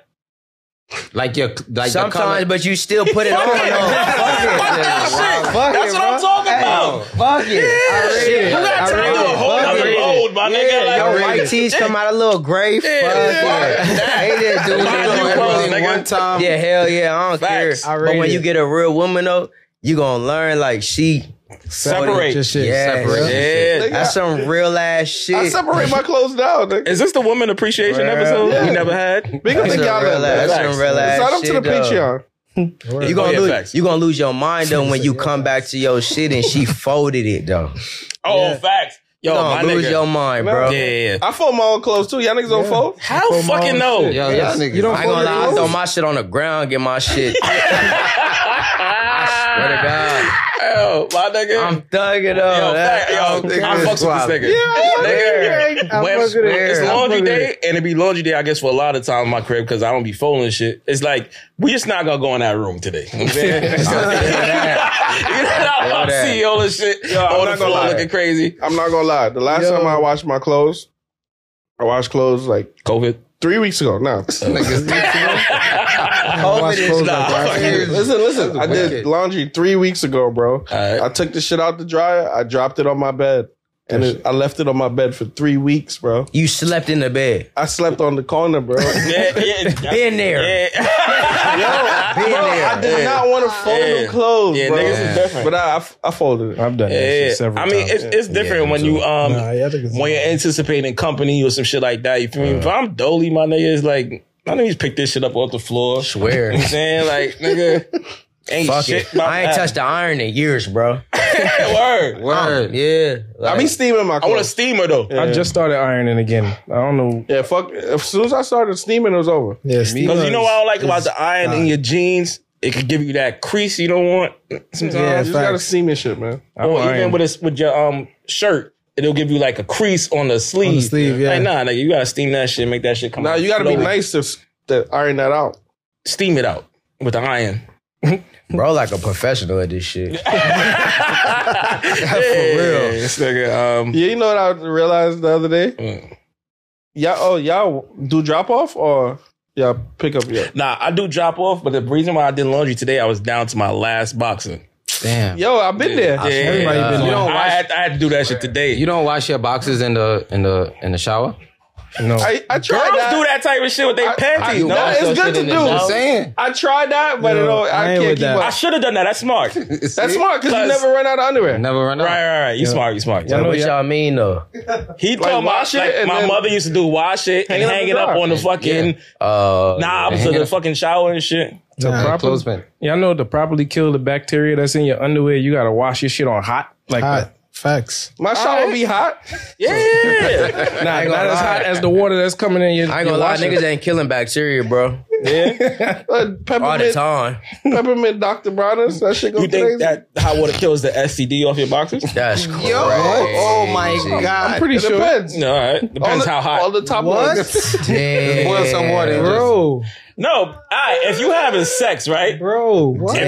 Like your like your
Sometimes,
color.
but you still put it on. though. Fuck it.
that shit. That's what I'm talking about.
Fuck it. I read it.
You
I
got turned
read
to a
it.
whole
Fuck
other
it.
mode, my nigga. Like,
Your
I read
white
it.
tees come out a little gray. Fuck
yeah.
yeah. They just do
Mind you,
it
clothes, nigga.
one time.
Yeah, hell yeah. I don't
Um, Facts.
care. but when you get a real woman though, you gonna learn like she.
Separate.
Just shit.
Yeah,
separate.
Yeah.
That's some real ass shit.
I separate my clothes down. nigga.
Is this the woman appreciation
Bruh.
episode
Yeah.
we never had?
Big up
That's
to
some
y'all.
real ass.
man.
That's some real ass
Sign
shit.
up to the
though.
Patreon.
You gonna
Oh, yeah,
lose.
facts.
You gonna lose your mind though when you come back to your shit and she folded it though.
Oh, facts. Yo,
You
my
gonna lose
nigga.
your mind, bro.
yeah, yeah, yeah.
I fold my own clothes too. Y'all niggas don't fold?
How fucking no?
Yo, y'all niggas.
I ain't gonna lie, I throw my shit on the ground, get my shit. I
Yo, my nigga.
swear to God, I'm thugging up.
yo,
that-
fact, yo, I fucks
swap.
with this nigga. nigga.
I
when
fuck with it.
it's
I
laundry day, and it be laundry day, I guess, for a lot of time in my crib because I don't be folding shit. It's like, we just not gonna go in that room today. You know what I'm saying? I'm
that.
seeing all this shit
I'm
on the
not gonna
floor
lie.
looking crazy.
I'm not gonna lie. The last time I washed my clothes, I washed clothes like
COVID.
three weeks ago. Nah.
COVID is
clothes
not.
like that.
listen, listen. I did laundry three weeks ago, bro.
All
I
right.
took the shit out the dryer. I dropped it on my bed. And it, I left it on my bed for three weeks, bro.
You slept in the bed.
I slept on the corner, bro.
Yeah, yeah,
Been there.
yeah.
Been
Bro, I
there.
did not want to fold
Yeah.
them clothes,
Yeah,
bro.
niggas is different.
But I, I f- I folded it.
I've done that
Yeah,
shit several
I mean,
times.
it's, it's different
me
when
too.
you um
Nah, yeah, I think it's-
when you're anticipating company or some shit like that. You feel me? If I'm Dolly, my nigga is like, my niggas pick this shit up off the floor. You know
Swear.
what I'm saying like, nigga, ain't
Fuck
shit.
it.
about
I ain't
that.
touched the iron in years, bro.
Word.
Word.
Yeah.
I
like-
be steaming my
I want a
clothes.
steamer though.
I just started ironing again. I don't know.
yeah, fuck. As soon as I started steaming, it was over.
Yeah, Steve.
Because you know what I don't like about the iron in your jeans? It could give you that crease you don't want sometimes.
Yeah, you just gotta
facts.
steam and shit, man.
I
or even
iron.
with a, with your um shirt, it'll give you like a crease on the sleeve.
sleeve, yeah.
Like, nah, nigga, you gotta steam that shit, make that shit come
Now
out.
you gotta be
flowy.
nice to, s- to iron that out.
Steam it out with the iron.
Bro, like a professional at this shit.
For real. This nigga, um,
Yeah, you know what I realized the other day?
Mm.
Y'all, oh, y'all do drop off or y'all pick up? Yeah.
Nah, I do drop off, but the reason why I did laundry today, I was down to my last boxer.
Damn.
Yo, I've been there.
Yeah,
Everybody been
you
there.
don't I, had, I had to do that shit today.
You don't wash your boxes in the in the in the shower.
No,
I, I
Girls
tried that.
do that type of shit with their panties.
You
no?
wash
it's
your
good
shit
to
in the
do.
shower?
I'm
saying.
I tried that, but it
Yo,
don't,
I
I,
ain't
can't
with
keep
that.
I
up.
should have done that. That's smart. right,
That's smart because you
Cause-
never run out of underwear.
Never run out.
right, Oh, right. You smart. You smart.
I know
what
y'all-
y'all mean though?
He told my
wash it
like,
and
my
then-
mother used to do wash it and
it up
hang
and
it up
dry.
on the fucking
Uh,
knobs
hang
of
it
the
up.
fucking shower and shit.
to
All right,
proper-
Clothespin.
y'all know to properly kill the bacteria that's in your underwear, you gotta wash your shit on hot, like
Hot. Facts.
My shower be hot. Uh,
Yeah.
Nah,
ain't
not
gonna
as
lie.
hot as the water that's coming in your.
I ain't gonna lie, niggas ain't killing bacteria, bro.
Uh,
All the
peppermint,
time.
peppermint Dr. Bronner's. That shit go
you
crazy.
think that hot water kills the STD off your boxers?
That's crazy.
oh my
God.
I'm pretty
it
sure,
depends.
No, all right. Depends
All the,
how hot.
All the top ones.
Damn.
Boil some water, and just-
Bro,
no, all right. If you having sex, right?
bro. What?
If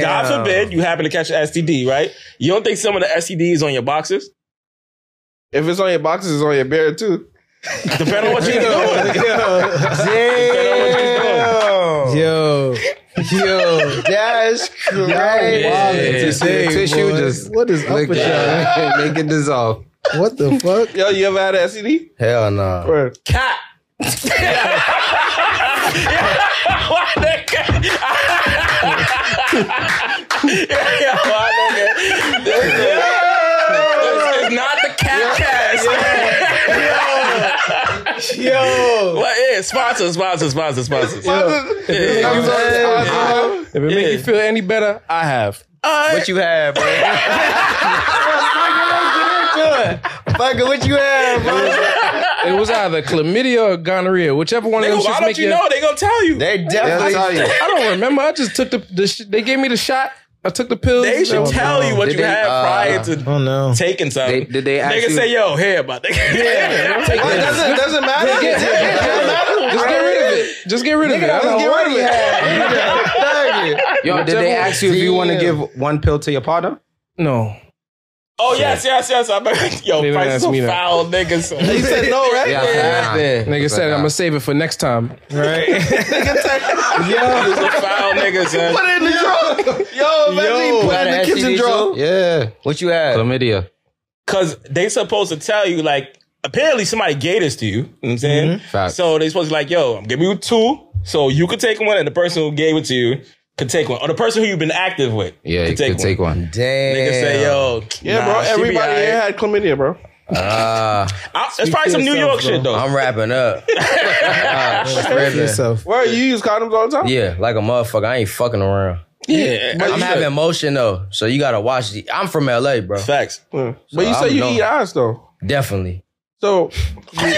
you, God
Damn.
forbid you happen to catch an STD, right? You don't think some of the STDs on your boxers?
if it's on your boxes, it's on your beard too.
Depending on what you're doing.
Yo.
Yo, that's crazy.
Yeah.
The tissue just
What is up
lick
with y'all?
it, make it dissolve.
What the fuck?
Yo, you ever had an STD?
Hell no.
Or-
Cat. Why nigga? Yeah, why nigga? This is- this is not the cat cast.
Yo.
Well, yeah, sponsor, sponsor, sponsor, sponsor.
I'm
Yeah.
sorry, I'm sorry.
If it make you feel any better, I have.
What you have, bro? Fucker, what you have, bro?
It was either chlamydia or gonorrhea, whichever one of
Nigga,
them
why
shits
don't
make
you
you.
know? They gonna tell you.
They definitely
They'll tell you.
I don't remember. I just took the, the sh- they gave me the shot. I took the pills.
They should
That was-
tell you what
Did
you
they,
had
uh,
prior to
Oh no.
taking something.
They, did they ask
Nigga
you?
say, yo, here, my nigga. Yeah,
It doesn't, doesn't matter. It
Get-
doesn't matter.
Just get rid of it. Just get rid of it. I
Just
don't
get
want-
rid of it.
yo, did they ask you if you want to give one pill to your partner?
No.
oh, yes, yes, yes. I remember. Yo,
They didn't
Price is
ask me
a
that.
foul nigga. So.
He said no, right?
Yeah.
Nigga said I'm gonna save it for next time.
He's a foul nigga, son.
Put it in the drawer. Yo, imagine
Yo,
you put
got
it in
an
the kitchen
STD
drawer.
Yeah.
What you have?
Chlamydia.
Cause they supposed to tell you, like, apparently somebody gave this to you. You know what I'm saying?
Facts.
So they supposed to be like, yo, I'm giving you two. So you could take one and the person who gave it to you could take one. Or the person who you've been active with
Yeah, you
could take
could
one.
take one.
Damn.
Nigga say, yo,
Yeah,
nah,
bro.
she be
Everybody
all right.
here had chlamydia, bro.
Uh,
I, it's probably some New York shit though.
I'm wrapping up. Uh,
Save
stripping.
yourself.
Well, you use condoms all the time.
Yeah, like a motherfucker. I ain't fucking around.
yeah,
I'm having motion though, so you gotta watch. The, I'm from LA, bro.
facts.
Yeah. But you
I
say
don't
you
know.
eat eyes though.
Definitely.
So
Nah,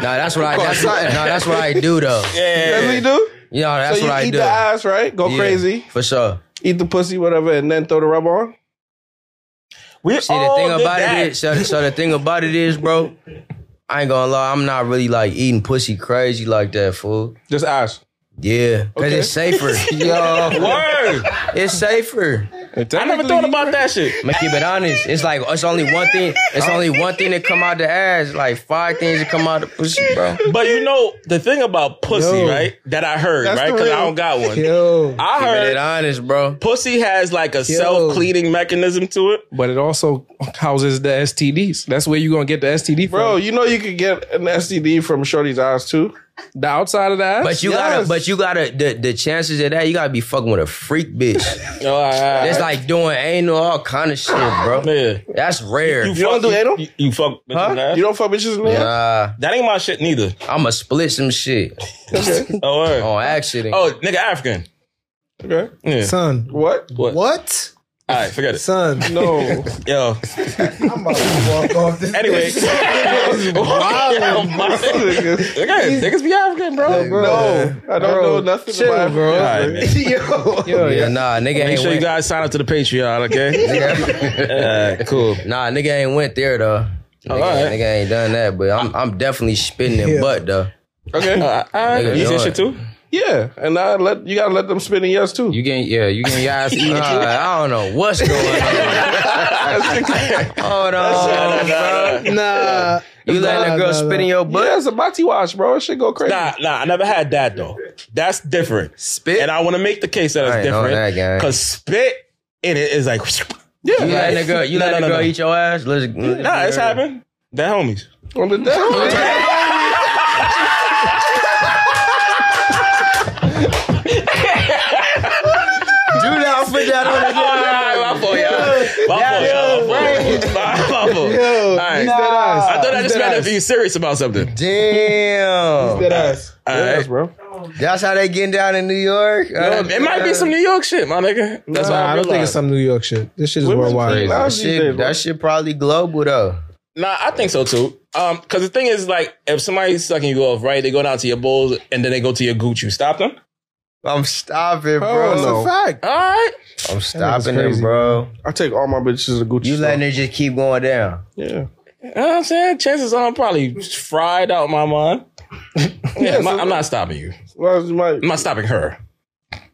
that's what I. That's, nah, that's what I do though.
that's what you do.
You know, that's
so you
what I
eat
do.
the eyes, right? Go
Yeah,
crazy.
for sure.
Eat the pussy, whatever, and then throw the rub on.
We
See,
Oh,
the
all
thing
did
about
that.
it is, so, so the thing about it is, bro. I ain't gonna lie, I'm not really like eating pussy crazy like that, fool.
Just eyes.
Yeah, cause
Okay.
it's safer.
Yo,
Word.
it's safer.
I never thought about that shit.
I'm gonna keep it honest. It's like it's only one thing. It's only one thing that come out the ass. Like five things that come out the pussy, bro.
But you know the thing about pussy,
Yo.
right? That I heard,
That's
right?
the
Because I
real-
don't got one.
Yo.
I
Keeping it
heard
honest, bro.
pussy has like a self cleaning mechanism to it.
But it also houses the STDs. That's where you're gonna get the STD
bro,
from.
you know you could get an STD from Shorty's eyes too.
The outside of the ass.
But you
Yes.
gotta, but you gotta, the, the chances of that, you gotta be fucking with a freak bitch.
Oh, all right.
That's like doing anal, all kind of shit, bro.
yeah.
That's rare.
You,
don't do anal?
You, you fuck bitches in the ass?
You don't fuck bitches in there.
Nah,
That ain't my shit neither.
Uh, I'ma split some shit
Okay,
Oh, word.
on accident.
oh, nigga, African.
okay.
Yeah.
Son.
What?
What?
What?
All right, forget it.
Son.
No.
Yo.
I'm about to walk off this.
Anyway. Yo, my-
Niggas.
Nigga, niggas be African, bro.
Bro,
No, I don't know nothing
chill,
about
bro.
All right, man.
Yo.
yeah, nah, nigga
Make
ain't
sure you
went.
guys sign up to the Patreon, okay? All right, cool.
nah, nigga ain't went there though. Nigga,
right.
nigga ain't done that, but I'm I'm definitely spitting in
Yeah.
butt though.
Okay.
Uh, all right.
Nigga,
You
do
said
it.
shit too?
yeah, and I let you gotta let them spin in yours too.
You getting yeah, you getting your ass eaten.
Nah, I don't know what's going on. Hold on, bro.
Nah.
You letting a girl spit in your butt?
yeah, it's a Mati watch, bro. It should go crazy.
Nah, nah, I never had that though. That's different.
Spit?
And I want to make the case that it's
I ain't know that,
different.
gang.
Because spit in it is like,
You letting a girl, you
No,
letting
no,
a
no,
girl
no.
eat your ass? Let's,
nah, it's happened. That homies.
On the deck.
Do not put that on the
my fault, y'all. My fault, y'all. My fault. My fault. All right. I thought I just meant if you serious about something.
Damn.
ass.
All
Yes,
right.
bro.
That's how they getting down in New York? Uh,
Yo, it might be some New York shit, my nigga. That's why
Nah, I don't think it's some New York shit. This shit is
Women's
worldwide.
crazy.
That
Lousy day,
shit,
bro.
that shit probably global though.
Nah, I think so too. Um, because the thing is, like, if somebody's sucking you off, right, they go down to your balls and then they go to your gooch. You stop them.
I'm stopping,
Bro,
bro.
it's a fact.
All right.
I'm stopping it,
crazy,
bro.
I take all my bitches to Gucci.
You
store.
letting it just keep going down.
Yeah.
You know what I'm saying? Chances are I'm probably fried out my mind. yeah, my- I'm not stopping you.
Well, you might
I'm not stopping her.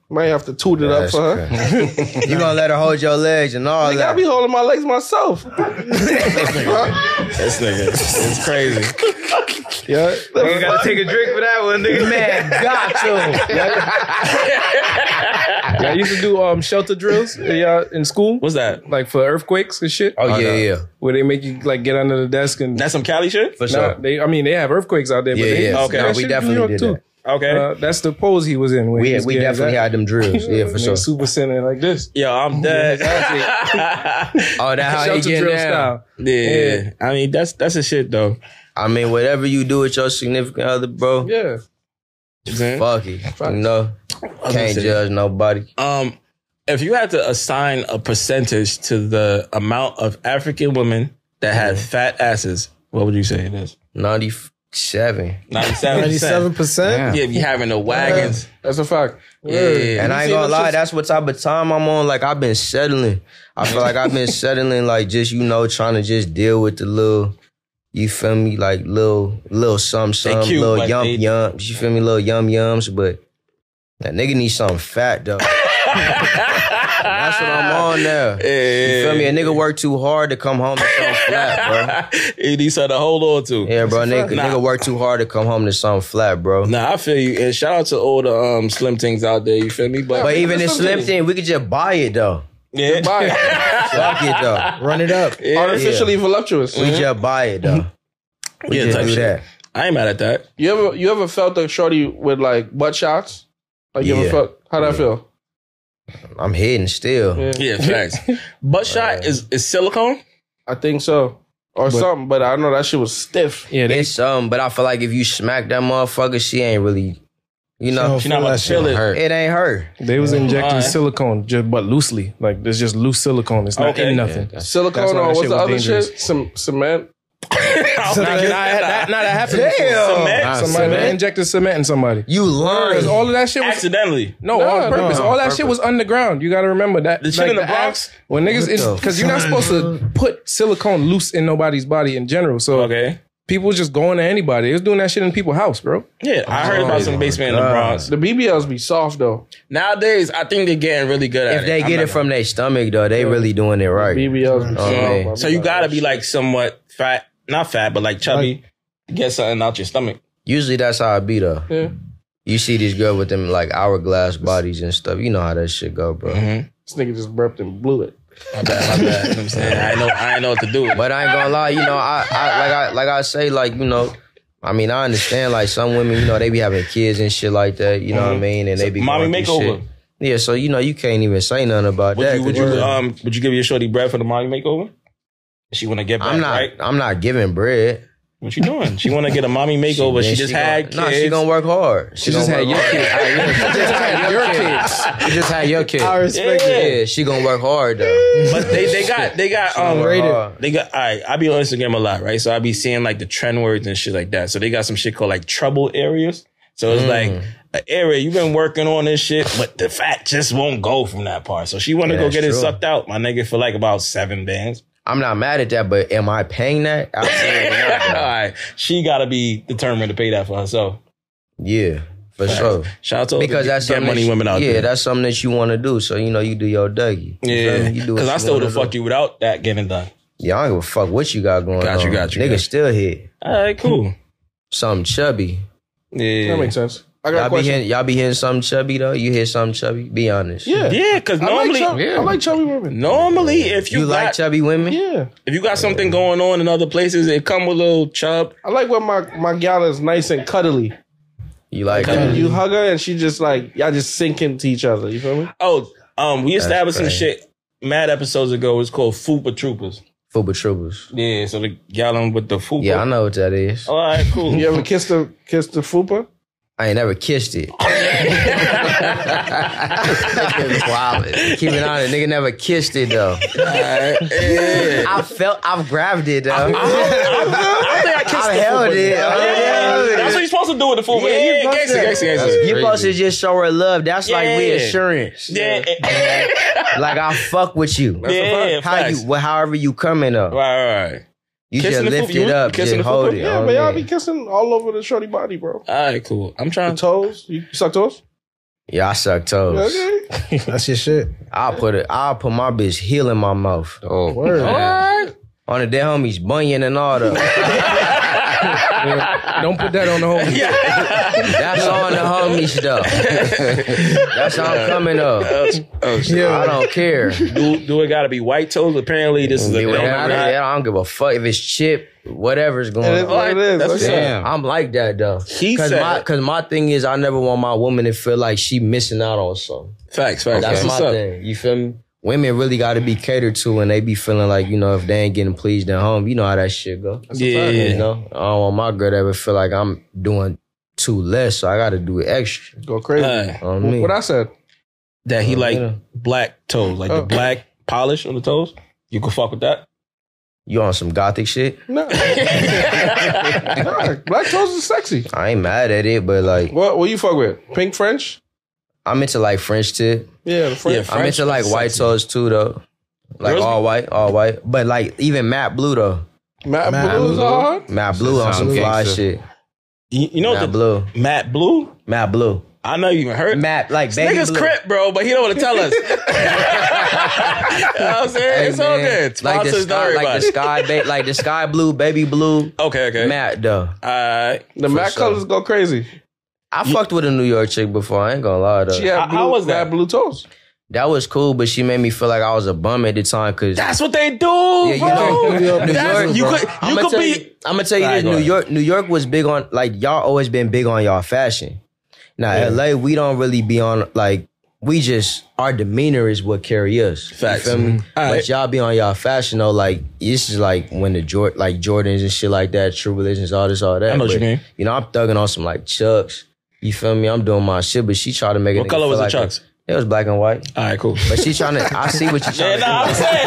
might have to toot it up
That's
for her.
crazy. you gonna let her hold your legs and all
I
that.
be holding my legs myself.
This nigga, it's crazy.
Yeah.
gotta take a drink for that one, nigga.
Man, got you.
I used to do um shelter drills in, y'all- in school,
What's that?
like for earthquakes and shit.
Oh yeah, yeah,
Where they make you like get under the desk and
That's some Cali shit.
for
Nah,
sure.
they, I mean, they have earthquakes out there.
Yeah,
but they,
yeah.
Okay.
No,
That
shit
we
in New
definitely
York,
did
too.
that.
Okay.
Uh, that's the pose he was in. When he
We
was
we
getting
definitely
his ass-
had them drills. Yeah, for sure.
Nigga super center like this.
Yo, I'm dead. yeah.
Oh, that how
Shelter
you get
drill
down.
style.
I mean that's that's a shit though.
I mean, whatever you do with your significant other, bro,
Yeah.
fuck it. You know, can't judge nobody.
Um, if you had to assign a percentage to the amount of African women that had fat asses, what would you say it is?
Ninety-seven.
Ninety-seven.
97%?
Yeah, be having the wagons.
That's a fact.
Yeah, and I ain't
seen
gonna
them
lie,
shits?
that's what type of time I'm on. Like I've been settling. I feel like I've been settling, like just you know, trying to just deal with the little. You feel me? Like little, little some, some,
cute,
little
but
yum
they-
yums. You feel me? Little yum yums, but that nigga needs something fat though. that's what I'm on now. You feel me? A nigga work too hard to come home to something flat, bro.
It needs her to hold on to.
Yeah, bro. Nigga,
Nah.
nigga work too hard to come home to something flat, bro.
Nah, I feel you. And shout out to all the um slim things out there. You feel me? But,
But even in slim thing, we could just buy it though.
yeah,
Fuck it though.
Run it up.
Artificially voluptuous.
We just buy it though. We
Mm-hmm. Yeah,
just
type
do
shit.
that.
I ain't mad at that.
You ever you ever felt a shorty with like butt shots? Like you
Yeah.
ever felt how'd that feel?
I'm hitting still.
Yeah, facts. Butt shot is is silicone.
I think so. or something. But I know that shit was stiff.
Yeah, they,
It's um, but I feel like if you smack that motherfucker, she ain't really, you know,
She not about to feel it.
her. It ain't her.
they was injecting
Alright.
silicone, just but loosely. Like there's just loose silicone. It's not
Okay.
in nothing.
Silicone
That's why that
or what's
shit
the
was
other
dangerous.
shit? Some cement.
I'll
Nah,
knock it out.
that, that, nah, that happened.
Damn.
Cement?
Somebody they injected cement in somebody.
You lying.
Because all of that shit was
Accidentally.
No, on purpose. All that shit was underground. You gotta remember that.
The shit in the Bronx?
axe- when niggas,
the
because you're not supposed to put silicone loose in nobody's body in general. So
Okay.
people was just going to anybody. They was doing that shit in people's house, bro.
Yeah, I heard about
Oh
some basement in the Bronx.
The BBLs be soft though.
Nowadays, I think they're getting really good at
if they
it. I'm
get
not
it from their stomach though, they really doing it right.
BBLs be soft.
man.
my
So you
brother.
gotta be like somewhat fat, not fat, but like chubby. to Get something out your stomach.
Usually that's how it be though.
Yeah.
You see these girls with them like hourglass bodies and stuff. You know how that shit go, bro.
This nigga just burped and blew it.
My bad, my bad. You know what I'm saying? I know, I ain't know what to do.
But I ain't gonna lie, you know, I, I like I like I say, like you know, I mean, I understand like some women, you know, they be having kids and shit like that. You know what I mean? And they be
Mm-hmm. mommy
going through
makeover.
shit. Yeah, so you know, you can't even say nothing about
would
that.
you, would
'cause
you, um, would you give your shorty bread for the mommy makeover? She want to get back,
I'm not.
right?
I'm not giving bread.
What you doing? She want to get a mommy makeover. She,
Man,
just
gonna-
had kids.
Nah, she gonna work hard. She,
just
gonna
had
work
your
hard. She just had your kids. She just had your kids. I
respect it.
Yeah, she gonna work hard though.
but they, they got they got um
Work hard.
they got all right, I be on Instagram a lot, right? So I be seeing like the trend words and shit like that. So they got some shit called like trouble areas. So it's like
Hmm.
an area you've been working on this shit, but the fat just won't go from that part. So she want to
Yeah,
go
that's
get it
true.
sucked out, my nigga, for like about seven bands.
I'm not mad at that, but am I paying that? Absolutely
all
not. bro.
right, she gotta be determined to pay that for herself.
Yeah, for sure.
Shout out to all the
Because that's
get
something
money
that you-
women out
yeah,
there.
that's something that you want to do. So you know, you do your dougie. You feel
yeah,
me? You do
because
what
I
you
still
wanna
would fuck
do.
you without that getting done.
Yeah, I don't give a fuck what you got going
Got you,
on.
got you,
Nigga
got you.
still hit.
All right, cool.
Hmm. Something chubby.
Yeah,
That makes sense. I got
Y'all
a
be,
question.
hitting, y'all be hitting something chubby though. You hit something chubby. Be honest.
Yeah.
yeah, because
I like,
normally,
chub- I like chubby women.
normally if you,
You, like
got-
chubby women?
Yeah.
If you got something going on in other places, it come with a little chub.
I like when my, my gal is nice and cuddly.
You like
And you hug her and she just like, y'all just sink into each other. You feel me?
Oh, um, we established some
crazy.
shit mad episodes ago. It's called Fupa Troopers.
Fuba troopers.
Yeah, so the gallon with the Fupa.
Yeah, I know what that is.
All right, cool.
You ever kissed the kissed the fupa?
I ain't never kissed it. Wildin'. Keep it honest, nigga never kissed it though. I felt I've grabbed it though.
I think I kissed
I
the
held
Fupa.
it.
Yeah,
I held
that's
it.
what you're supposed to do with the Fupa.
Yeah,
Yeah,
you
yeah,
supposed
gangsta,
to.
gangsta, gangsta.
You're supposed to just show her love. That's like
Yeah.
reassurance.
Yeah, yeah,
Like I fuck with you.
yeah,
How
facts.
you, well, however you coming up,
Right, right, right.
you just
Kissing the
lift
fupa, you
it up,
kissing
just
the
hold
fupa?
it.
Yeah,
Oh,
but y'all
man.
be kissing all over the shorty body, bro.
All right, cool. I'm trying to.
Toes? You suck toes?
Yeah, I suck toes.
Okay.
That's your shit.
I'll put it. I'll put my bitch heel in my mouth
Word.
on the dead homies bunion and all that.
Don't put that on the whole.
That's on the homies though. That's all coming up.
Oh, shit.
I don't care.
Do, do it gotta be white toes? Apparently, this is a
It would
no-no.
happen. Yeah, I don't give a fuck if it's chip, whatever's
It
going
is
on.
what it is.
That's
Okay.
what's up.
I'm like that though.
He
Cause
said
my
it.
cause my thing is I never want my woman to feel like she missing out on something.
Facts, facts.
That's
That's
my
what's up.
thing. You feel me? Women really got to be catered to, and they be feeling like you know if they ain't getting pleased at home, you know how that shit go.
Yeah,
You know, I don't want my girl to ever feel like I'm doing too less, so I got to do extra.
Go crazy.
Alright.
You know what I mean?
What I said.
Uh, that he like
yeah.
black toes, like
Oh.
the black polish on the toes. You can fuck with that.
you on some gothic shit?
No. Nah, Black toes is sexy.
I ain't mad at it, but like
What what you fuck with? Pink French?
I'm into like French tip.
Yeah, the French.
Yeah,
I'm into like white toes too, though. Like
Girls-
all white, all white, but like even matte blue though.
Matt,
Matt
Blue is
Blue.
hard.
Matte blue on some
sounds
fly
gangsta.
shit.
You, you know
Matte
the
blue,
Matt Blue?
matte blue,
I know you even heard.
matte like baby
Niggas
blue.
crip, bro, but he don't want to tell us. you know what I'm saying?
Hey,
it's all
man,
good. Sponsors,
Like the
don't
sky,
worry
like
about
the
it.
sky, ba- like the sky blue, baby blue,
Okay, okay.
matte though.
All right.
The Matt colors go crazy.
I fucked with a New York chick before. I ain't gonna lie though.
She had
How-
blue,
how was that?
Matt Blue toes.
That was cool, but she made me feel like I was a bum at the time because.
That's what they do,
Yeah, you
bro.
know, New
That's-
York,
you could,
I'm
you
gonna
could
tell
be.
You, I'm gonna tell you this:
Alright, go
New
ahead.
York, New York was big on like y'all always been big on y'all fashion. Now LA, we don't really be on like we just our demeanor is what carry us.
Facts.
You feel me?
Mhm. All
but
right.
y'all be on y'all fashion though. Like this is like when the Jord like Jordans and shit like that, True Religions, all this, all that.
I know what
But,
you mean.
You know, I'm thugging on some like Chucks. You feel me? I'm doing my shit, but she tried to make it.
What color was the
like
Chucks?
It was black and white.
All right, cool.
But she trying to. I see what you
Yeah,
trying
no, I'm
to do.
saying.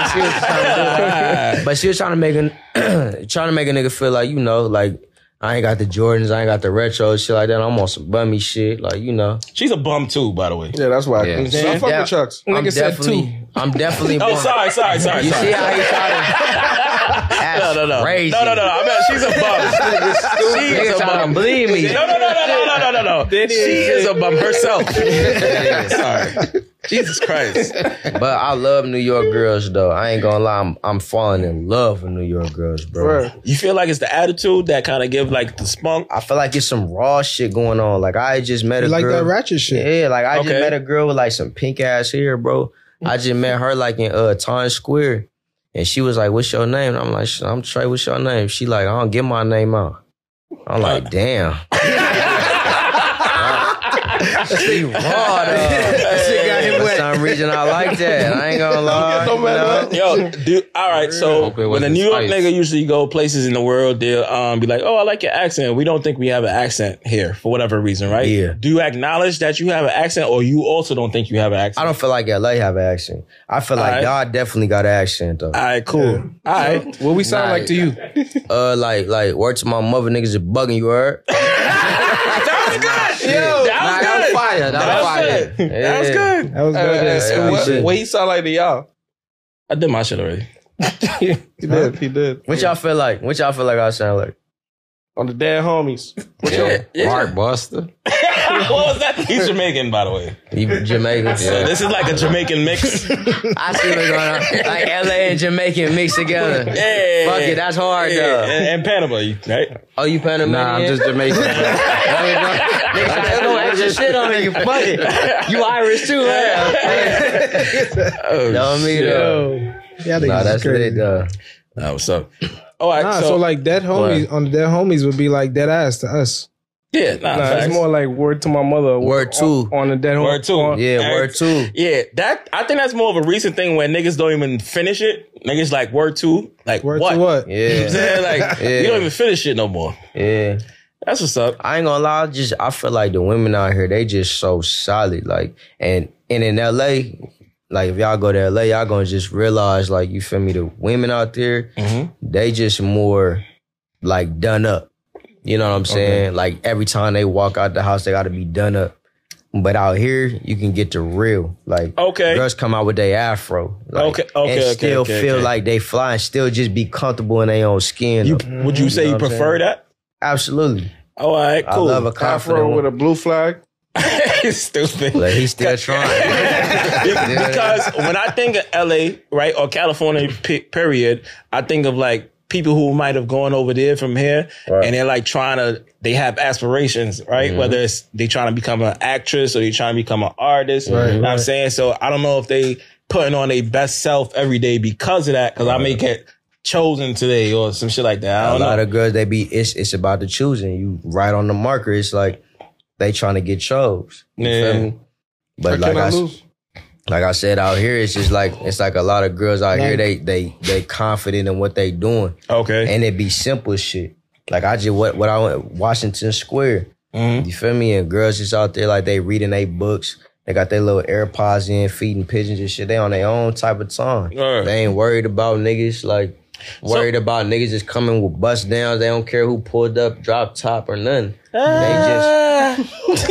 I see what you trying to do. But she was trying to make a trying to make a nigga feel like you know, like I ain't got the Jordans, I ain't got the retro shit like that. I'm on some bummy shit, like you know.
She's a bum too, by the way.
Yeah, that's why.
Yeah.
I, so I fuck
Yeah.
with Chucks.
I'm
Nigga said
definitely. I'm definitely.
Oh,
one-
sorry, sorry, sorry,
You see
sorry.
how he tried to?
No, no, no.
Crazy.
No, no, no. I mean, she's a bum. she
Nigga
is a
trying to
bum.
believe me.
No, no, no, no, no, no, no, no, no. She is a bum herself. Sorry. Jesus Christ.
But I love New York girls though. I ain't gonna lie, I'm, I'm falling in love with New York girls, bro.
Right.
You feel like it's the attitude that kind of give like the spunk.
I feel like it's some raw shit going on. Like I just met a
like
girl.
that ratchet shit.
Yeah, like I
Okay.
just met a girl with like some pink ass hair, bro. I just met her like in uh Times Square. And she was like, What's your name? And I'm like, "Shit, I'm Trey, what's your name? She like, I don't get my name out. I'm like, damn. she raw though.
shit got him
For some reason I like that. I ain't gonna lie.
so
you
mad
know?
at
Yo, do, all right. So
Hope it
when a
wasn't
New York
spice.
nigga usually go places in the world, they'll um, be like, "Oh, I like your accent." We don't think we have an accent here for whatever reason, right?
Yeah.
Do you acknowledge that you have an accent, or you also don't think you have an accent?
I don't feel like LA have an accent. I feel like
Alright.
y'all definitely got an accent though.
All right, cool. All right.
What we sound
Nah,
like to you?
Uh, like, like, word to my mother, niggas is bugging you, heard?
That was good. That was good.
fire.
That was good. That was
Yeah.
good.
That was
Uh,
good.
yeah,
and
yeah,
what,
yeah.
what he sound like to y'all?
I did my shit already.
He did. He did.
What y'all feel like? What y'all feel like I sound like?
On the dead homies.
Yeah.
Yeah.
Mark Buster.
what was that? He's Jamaican, by the way.
You Jamaican?
So this is like a Jamaican mix. yeah.
I see what's going on. Like LA and Jamaican mixed together. Fuck it, that's hard
Yeah,
though.
and, and Panama, you- right?
Oh, you Panamanian?
Nah, I'm just Jamaican.
Nigga, I just throw extra shit on it. You fuck it. You Irish too, right?
Oh,
Know what I mean?
shit.
though?
Yo. Yeah,
Nah, that's lit though.
Nah, what's up? All right,
Nah,
so,
so, like dead homies on the dead homies would be like dead ass to us.
yeah, nah,
Nah,
facts.
it's more like word to my mother.
Word
on-
two.
on the dead home.
Word two.
on-
Yeah, word two.
Yeah, that I think that's more of a recent thing where niggas don't even finish it. Niggas like word two, like
Word
what?
to what?
You know what I'm
Yeah,
saying? Like you don't even finish it no more.
yeah.
That's what's up.
I ain't gonna lie, I just I feel like the women out here, they just so solid. Like and and in LA, like if y'all go to LA, y'all gonna just realize, like, you feel me, the women out there,
Mhm.
they just more like done up. You know what I'm saying? Like every time they walk out the house, they gotta be done up. But out here, you can get the real. Like
Okay.
girls come out with their afro. Like,
Okay, okay,
and
okay,
still
okay,
feel
okay.
like they fly and still just be comfortable in their own skin.
You
though.
would you say you
Mm, know what I'm
prefer that?
Absolutely.
Oh, all right, cool.
I love a confident
Afro
woman.
with a blue flag.
Stupid.
Like he's still trying.
Be- because when I think of LA, right, or California, pe- period, I think of like people who might have gone over there from here and they're like trying to, they have aspirations, right?
Mm-hmm.
Whether it's they trying to become an actress or they trying to become an artist. you know what I'm saying? So I don't know if they putting on their best self every day because of that, because I may get chosen today or some shit like that. I
a
don't
lot
know.
of girls they be it's it's about the choosing. You right on the marker. It's like they trying to get chose. You
Yeah.
feel me? But
How
like
can I
I, s-
lose?
like I said out here, it's just like it's like a lot of girls out here. They they they confident in what they doing,
okay.
and it be simple shit. Like I just what what I went Washington Square.
Mhm.
You feel me? And girls just out there like they reading they books. They got their little AirPods in, feeding pigeons and shit. They on their own type of time.
Right.
They ain't worried about niggas like worried about niggas just coming with bust downs. They don't care who pulled up, drop top or nothing. They
Ah.
just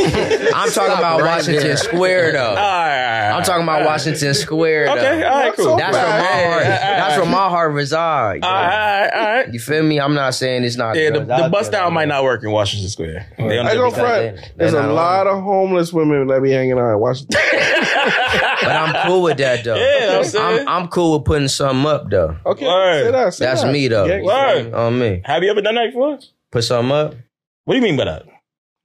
I'm talking about Washington Square though. I'm talking about Washington Square though.
Okay, all right, cool.
That's where my heart. That's where my heart resides. bro.
All right, all right.
You feel me? I'm not saying it's not.
Yeah, the,
girls out
the bus
there,
down
though.
might not work in Washington Square. They don't
I go
have that.
front.
They- they
There's
not
a
on
lot of homeless women that be hanging out in Washington.
But I'm cool with that though.
Yeah, I'm saying.
I'm, I'm cool with putting something up though.
Okay,
Word.
say that. Say
That's
that.
me though.
Yeah,
Word.
On me.
Have you ever done that before?
Put something up.
What do you mean by that?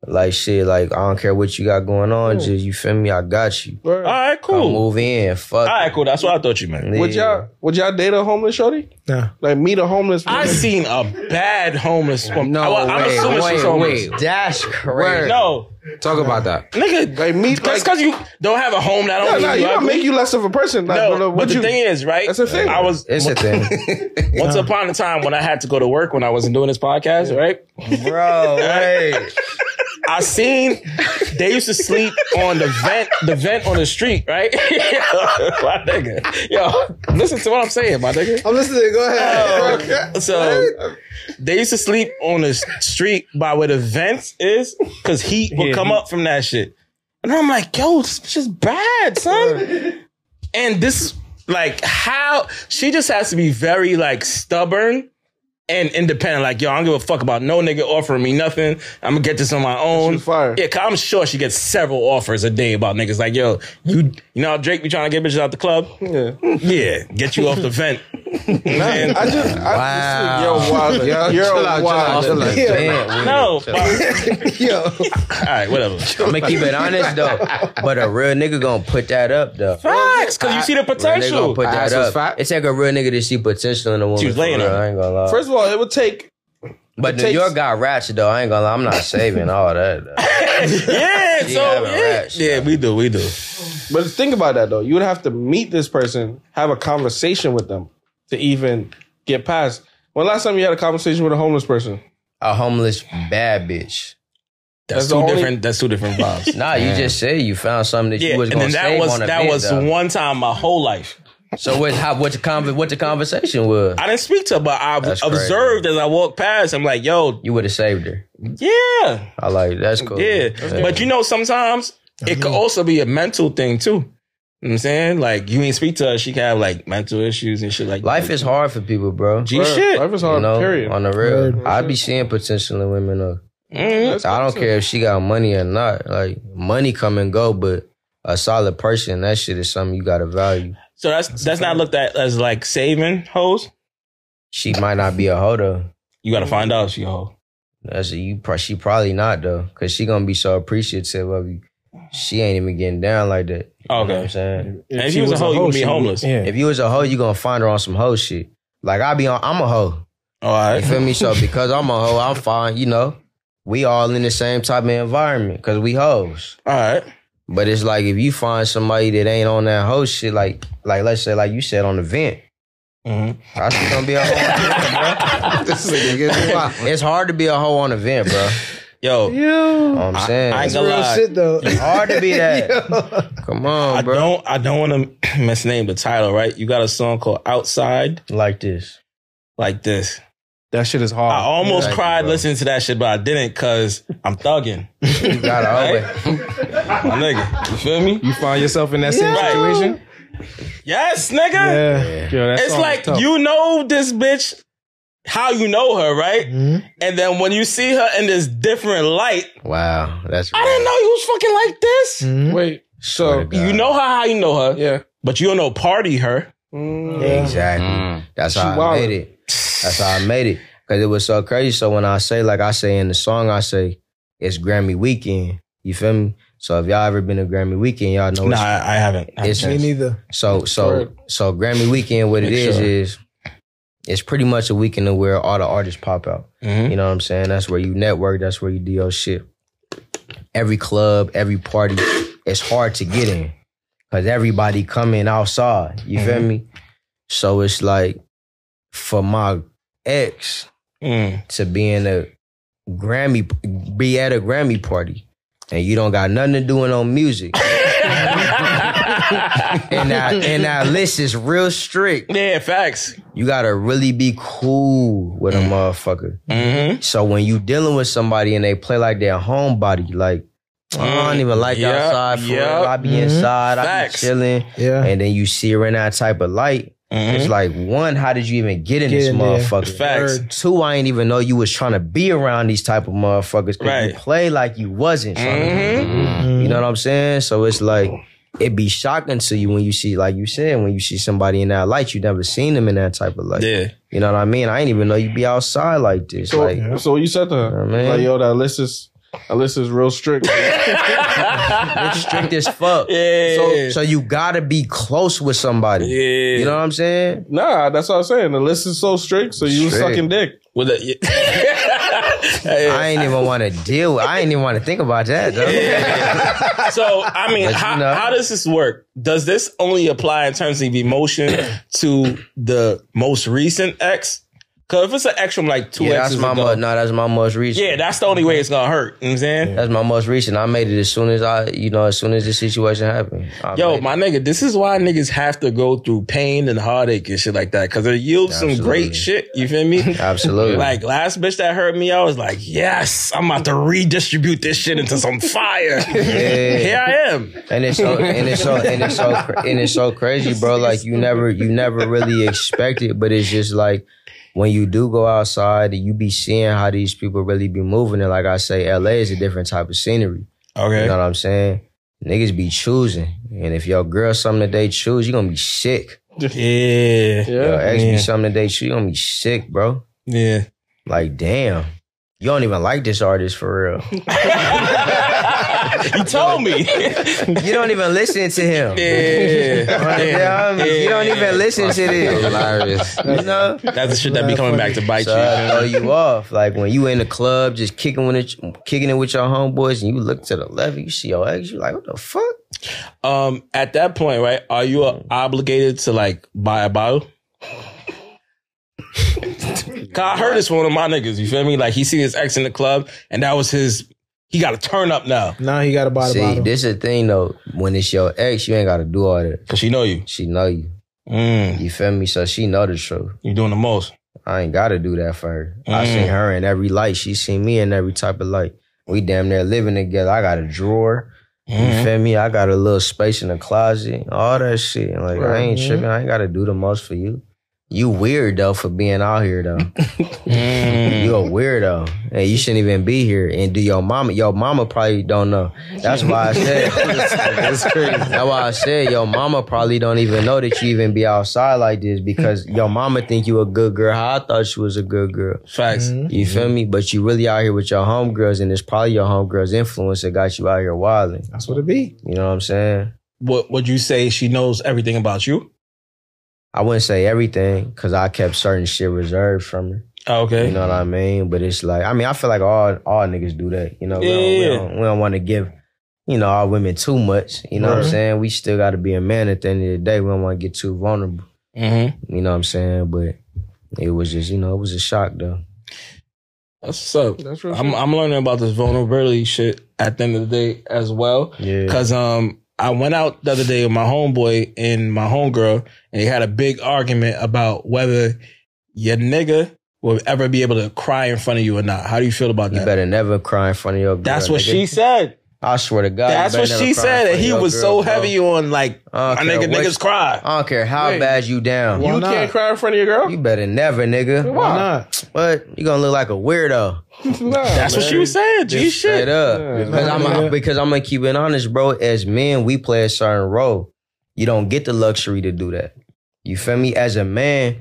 Like shit, like I don't care what you got going on, just you feel me, I got you.
word.
All right,
I'll
cool. All
move in. Fuck.
right, cool. That's what I thought you meant.
Yeah.
Would y'all would y'all date a homeless shorty?
Nah.
Like meet a homeless
I
woman?
seen a bad homeless woman.
No,
I, am
wait,
assuming
wait,
she's homeless.
wait. That's crazy.
No,
Talk about that.
Nigga,
Like me, like,
that's because you don't have a home that
yeah,
don't
nah,
make
you
you
don't
ugly.
make you less of a person. Like,
no,
what-
but,
what
the
you-
thing is, right?
That's a thing.
I was
It's a thing,
once upon a time when I had to go to work when I wasn't doing this podcast, right?
bro. Wait,
I seen they used to sleep on the vent, the vent on the street, right? my nigga, yo, listen to what I'm saying, my nigga.
I'm listening. Go ahead.
So they used to sleep on the street by where the vents is, because heat would come up from that shit. And I'm like, yo, this bitch is bad, son. and this is like how she just has to be very like stubborn and independent. Like, yo, I don't give a fuck about no nigga offering me nothing. I'm gonna get this on my own.
She's fire.
Yeah, i I'm sure she gets several offers a day about niggas. Like, yo, you you know how Drake be trying to get bitches out the club?
Yeah.
Yeah, get you off the vent.
I
And-
Hmm. I just, I
Wow.
just, you're wild.
Yo,
You're
chill out, chill out,
wild.
chill out.
Yeah.
Damn,
no, but-
Yo,
all right, whatever.
I'm gonna keep it honest though. But a real nigga gonna put that up though.
Facts, because you see the
Real nigga gonna
potential.
put
Ass
that
was
up.
fat.
It's like a real nigga to see potential in a woman.
She was
for
laying
real,
on it.
I ain't gonna lie.
First of all, it would take.
but New
takes-
York got ratchet though. I ain't gonna lie. I'm not saving all that. Though.
yeah, so
having
yeah,
rats,
yeah, we do, we do.
But think about that though. You would have to meet this person, have a conversation with them to even get past. When last time you had a conversation with a homeless person?
A homeless bad bitch.
That's,
the
two
only-
different. That's two different vibes.
Nah, you just say you found something that
yeah,
you was
and
gonna
then
save
that was
on a
that
bit,
was
though.
one time my whole life.
So what? How, what the conver- What the conversation was?
I didn't speak to her, but I
That's
observed as I walked past. I'm like, yo,
you would have saved her.
yeah,
I like that's cool.
yeah. But you know, sometimes it could also be a mental thing too. You know what I'm saying, like, you ain't speak to her, she can have like mental issues and shit like
life is hard for people, bro.
G shit.
Life is
you
hard.
know,
period.
on the real, Uh, Mm-hmm. i be seeing potential in women. Though.
Mhm.
That's
I
what I'm
don't
saying.
care if she got money or not. Like money come and go, but a solid person, that shit is something you gotta value.
So that's that's, not looked at as like saving hoes.
She might not be a hoe though.
You got to find out if she a hoe.
That's you. pro- She probably not though, cause she gonna be so appreciative of you. She ain't even getting down like that. You know what I'm
Okay.
saying
And if you was a hoe, you would be
she
homeless.
Yeah.
if you was a hoe, you gonna find her on some hoe shit. Like I be on, I'm a hoe.
All right.
You feel me? So because I'm a hoe, I'm fine. You know, we all in the same type of environment because we hoes.
All right.
But it's like if you find somebody that ain't on that hoe shit, like like let's say like you said on the vent.
Mm-hmm.
I still gonna be a hoe. on the vent,
This nigga gets wild.
bro. It's hard to be a hoe on the vent, bro.
Yo,
You know what I'm saying,
I ain't
it's
gonna
real
lie.
shit though.
hard to be that. Come
I
on, bro.
don't I don't want to misname the title, right? You got a song called Outside
Like this.
like this.
That shit is
I
hard.
almost
Thank you,
cried
bro.
listening to that shit, but I didn't cuz I'm thugging.
You gotta always.
Right? My nigga. You feel me?
You find yourself in that same
Right.
situation.
Yes, nigga.
Yeah. Yo, that
It's
song is
like
tough.
you know this bitch how you know her, right?
Mm-hmm.
And then when you see her in this different light,
Wow, that's.
I didn't know you was fucking like this.
Wait. So
You know her how you know her,
yeah.
but you don't know party her.
Mm.
Exactly. That's how
She
I
wildin'.
made it. That's how I made it. Cause it was so crazy. So when I say, like I say in the song, I say it's Grammy weekend. You feel me? So if y'all ever been to Grammy weekend, y'all know
Nah, I, I haven't.
Oh, it's,
Me
it's
neither.
so so
Word.
so Grammy weekend. What it
Make
is
sure.
is it's pretty much a weekend of where all the artists pop out.
Mhm.
Mm-hmm. You know what I'm saying? That's where you network. That's where you do your shit. Every club, every party, it's hard to get in because everybody coming outside. You feel me? So it's like for my ex
Mm.
to be in a Grammy, be at a Grammy party, and you don't got nothing to do with no music.
Mm.
and that and that list is real strict.
Yeah, facts.
You gotta really be cool with a motherfucker.
Mm-hmm.
So when you dealing with somebody and they play like their homebody, like I don't even like
Mm, Yup,
outside for
yup.
real. I be inside, I be
Facts.
chilling,
Mm-hmm. Yeah.
and then you see her in that type of light.
Mm-hmm.
It's like one, how did you even get in
Get
this
in there.
motherfucker?
Facts.
Two, I ain't even know you was trying to be around these type of motherfuckers because
Right. Mm-hmm.
you play like you wasn't. tryna be. You know what I'm saying? So it's like it be shocking to you when you see, like you said, when you see somebody in that light, you never seen them in that type of light.
Yeah.
You know what I mean? I ain't even know you be outside like this.
So,
like,
so what you said to her,
Yeah, man.
like, yo, that list is, that list is real strict.
It's strict as fuck.
Yeah.
So, so you gotta be close with somebody.
Yeah.
You know what I'm saying?
nah, that's what I'm saying. The list is so strict, so you was
Strict.
sucking dick.
With a, yeah.
I ain't even want to deal. with I ain't even want to think about that. Though.
So I mean,
But you
how,
know.
how does this work? Does this only apply in terms of emotion to the most recent ex? Because if it's an ex from like two
Yeah, that's
exes
my
ago,
mo- no, that's my most recent.
yeah, that's the only way it's gonna hurt. You know what I'm saying?
That's my most recent. I made it as soon as I, you know, as soon as the situation happened. I
Yo,
made
my nigga, this is why niggas have to go through pain and heartache and shit like that because it yields some
Absolutely.
great shit. You feel me?
it. absolutely.
Like last bitch that hurt me, I was like, yes, I'm about to redistribute this shit into some fire. Here I am.
and it's so and it's so and it's so cra- and it's so crazy, bro. Like you never you never really expect it, but it's just like when you do go outside, you be seeing how these people really be moving. And like I say, LA is a different type of scenery. You
Okay.
know what I'm saying? Niggas be choosing, and if your girl something that they choose, you gonna be sick.
Yeah.
Your ex
Yeah.
be something that they choose, you gonna be sick, bro.
Yeah.
Like damn, you don't even like this artist for real.
you told me.
You don't even listen to him.
yeah.
Like, yeah, You don't even listen to this.
Hilarious.
You know?
That's the shit that be coming back to bite
So
you.
I throw you off. Like when you in the club, just kicking with it, kicking it with your homeboys, and you look to the left, you see your ex, you like, what the fuck?
Um, at that point, right? Are you
Mm.
uh, obligated to like buy a bottle? Cause I heard this from one of my niggas. You feel me? Like he see his ex in the club, and that was his. He got to turn up now
Now he got to buy the
See,
bottle.
this is the thing though. When it's your ex, you ain't gotta do all that.
because she know you.
She know you.
Mm,
You feel me? So she know the truth.
you doing the most.
I ain't gotta do that for her. I
Mm.
seen her in every light. She seen me in every type of light. We damn near living together. I got a drawer. You
Mm.
feel me? I got a little space in the closet, all that shit. Like I ain't tripping. I ain't gotta do the most for you. You weird though for being out here though.
Mm.
you a weirdo, and you shouldn't even be here. And do your mama? Your mama probably don't know. That's why I said. That's why I said your mama probably don't even know that you even be outside like this because your mama think you a good girl. How I thought she was a good girl.
Facts.
Mm-hmm.
Mm-hmm.
You feel me? But you really out here with your homegirls, and it's probably your homegirls' influence that got you out here wilding.
That's what it be.
You know what I'm saying?
What would you say? She knows everything about you.
I wouldn't say everything because I kept certain shit reserved from her.
Ah, Okay.
You know what I mean? But it's like, I mean, I feel like all all niggas do that. You know, we
Yeah.
don't, we don't, want to give, you know, our women too much. You know what I'm saying? We still got to be a man at the end of the day. We don't want to get too vulnerable.
Mm-hmm.
You know what I'm saying? But it was just, you know, it was a shock though.
That's what's up.
That's real
I'm I'm learning about this vulnerability shit at the end of the day as well.
Yeah.
Cause um I went out the other day with my homeboy and my homegirl, and they had a big argument about whether your nigga will ever be able to cry in front of you or not. How do you feel about
You
that?
better never cry in front of your girl.
That's what
nigga.
she said.
I swear to God. you
That's
better
what
never cry
she
in
said.
front
And
of
he
your
was
girl,
so
bro.
heavy on like
I
my
don't care
nigga
what uh,
niggas
you-
cry.
I don't care how
Wait.
bad you down.
You
not?
can't cry in front of your girl.
You better never, nigga.
Why not?
What? You gonna look like a weirdo.
Nah,
That's what she was saying. G
Straight
shit.
up.
Yeah.
Because I'm
Yeah.
because I'm gonna keep it honest, bro. As men, we play a certain role. You don't get the luxury to do that. You feel me? As a man,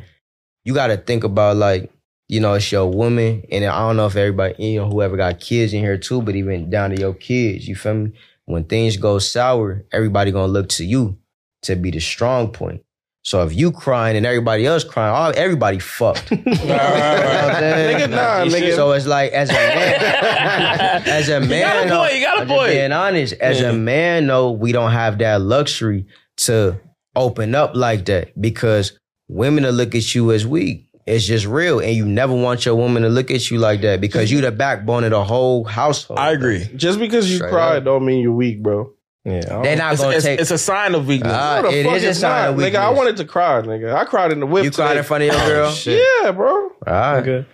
you gotta think about like, you know, it's your woman, and I don't know if everybody, you know, whoever got kids in here too, but even down to your kids, you feel me? When things go sour, everybody gonna look to you to be the strong point. So if you crying and everybody else crying, all everybody fucked. You know what I'm saying?
Nigga, nah,
You
nigga.
So it's like as a man, as a man,
got a
though,
point, you got a
I'm just
point.
Being honest, as
Yeah.
a man, though, we don't have that luxury to open up like that because women will look at you as weak. It's just real, and you never want your woman to look at you like that because you the backbone of the whole household.
I agree.
Just because you
Straight
cried
up.
don't mean you're weak, bro.
Yeah.
They're not
It's,
gonna
it's-
take.
it's a sign of weakness.
Uh,
No, the
it
fuck
is a
it's
sign
not,
of
nigga. I
weakness.
wanted to cry, nigga. I cried in the whip.
you cried
today.
in front of your girl.
Yeah, bro.
All right.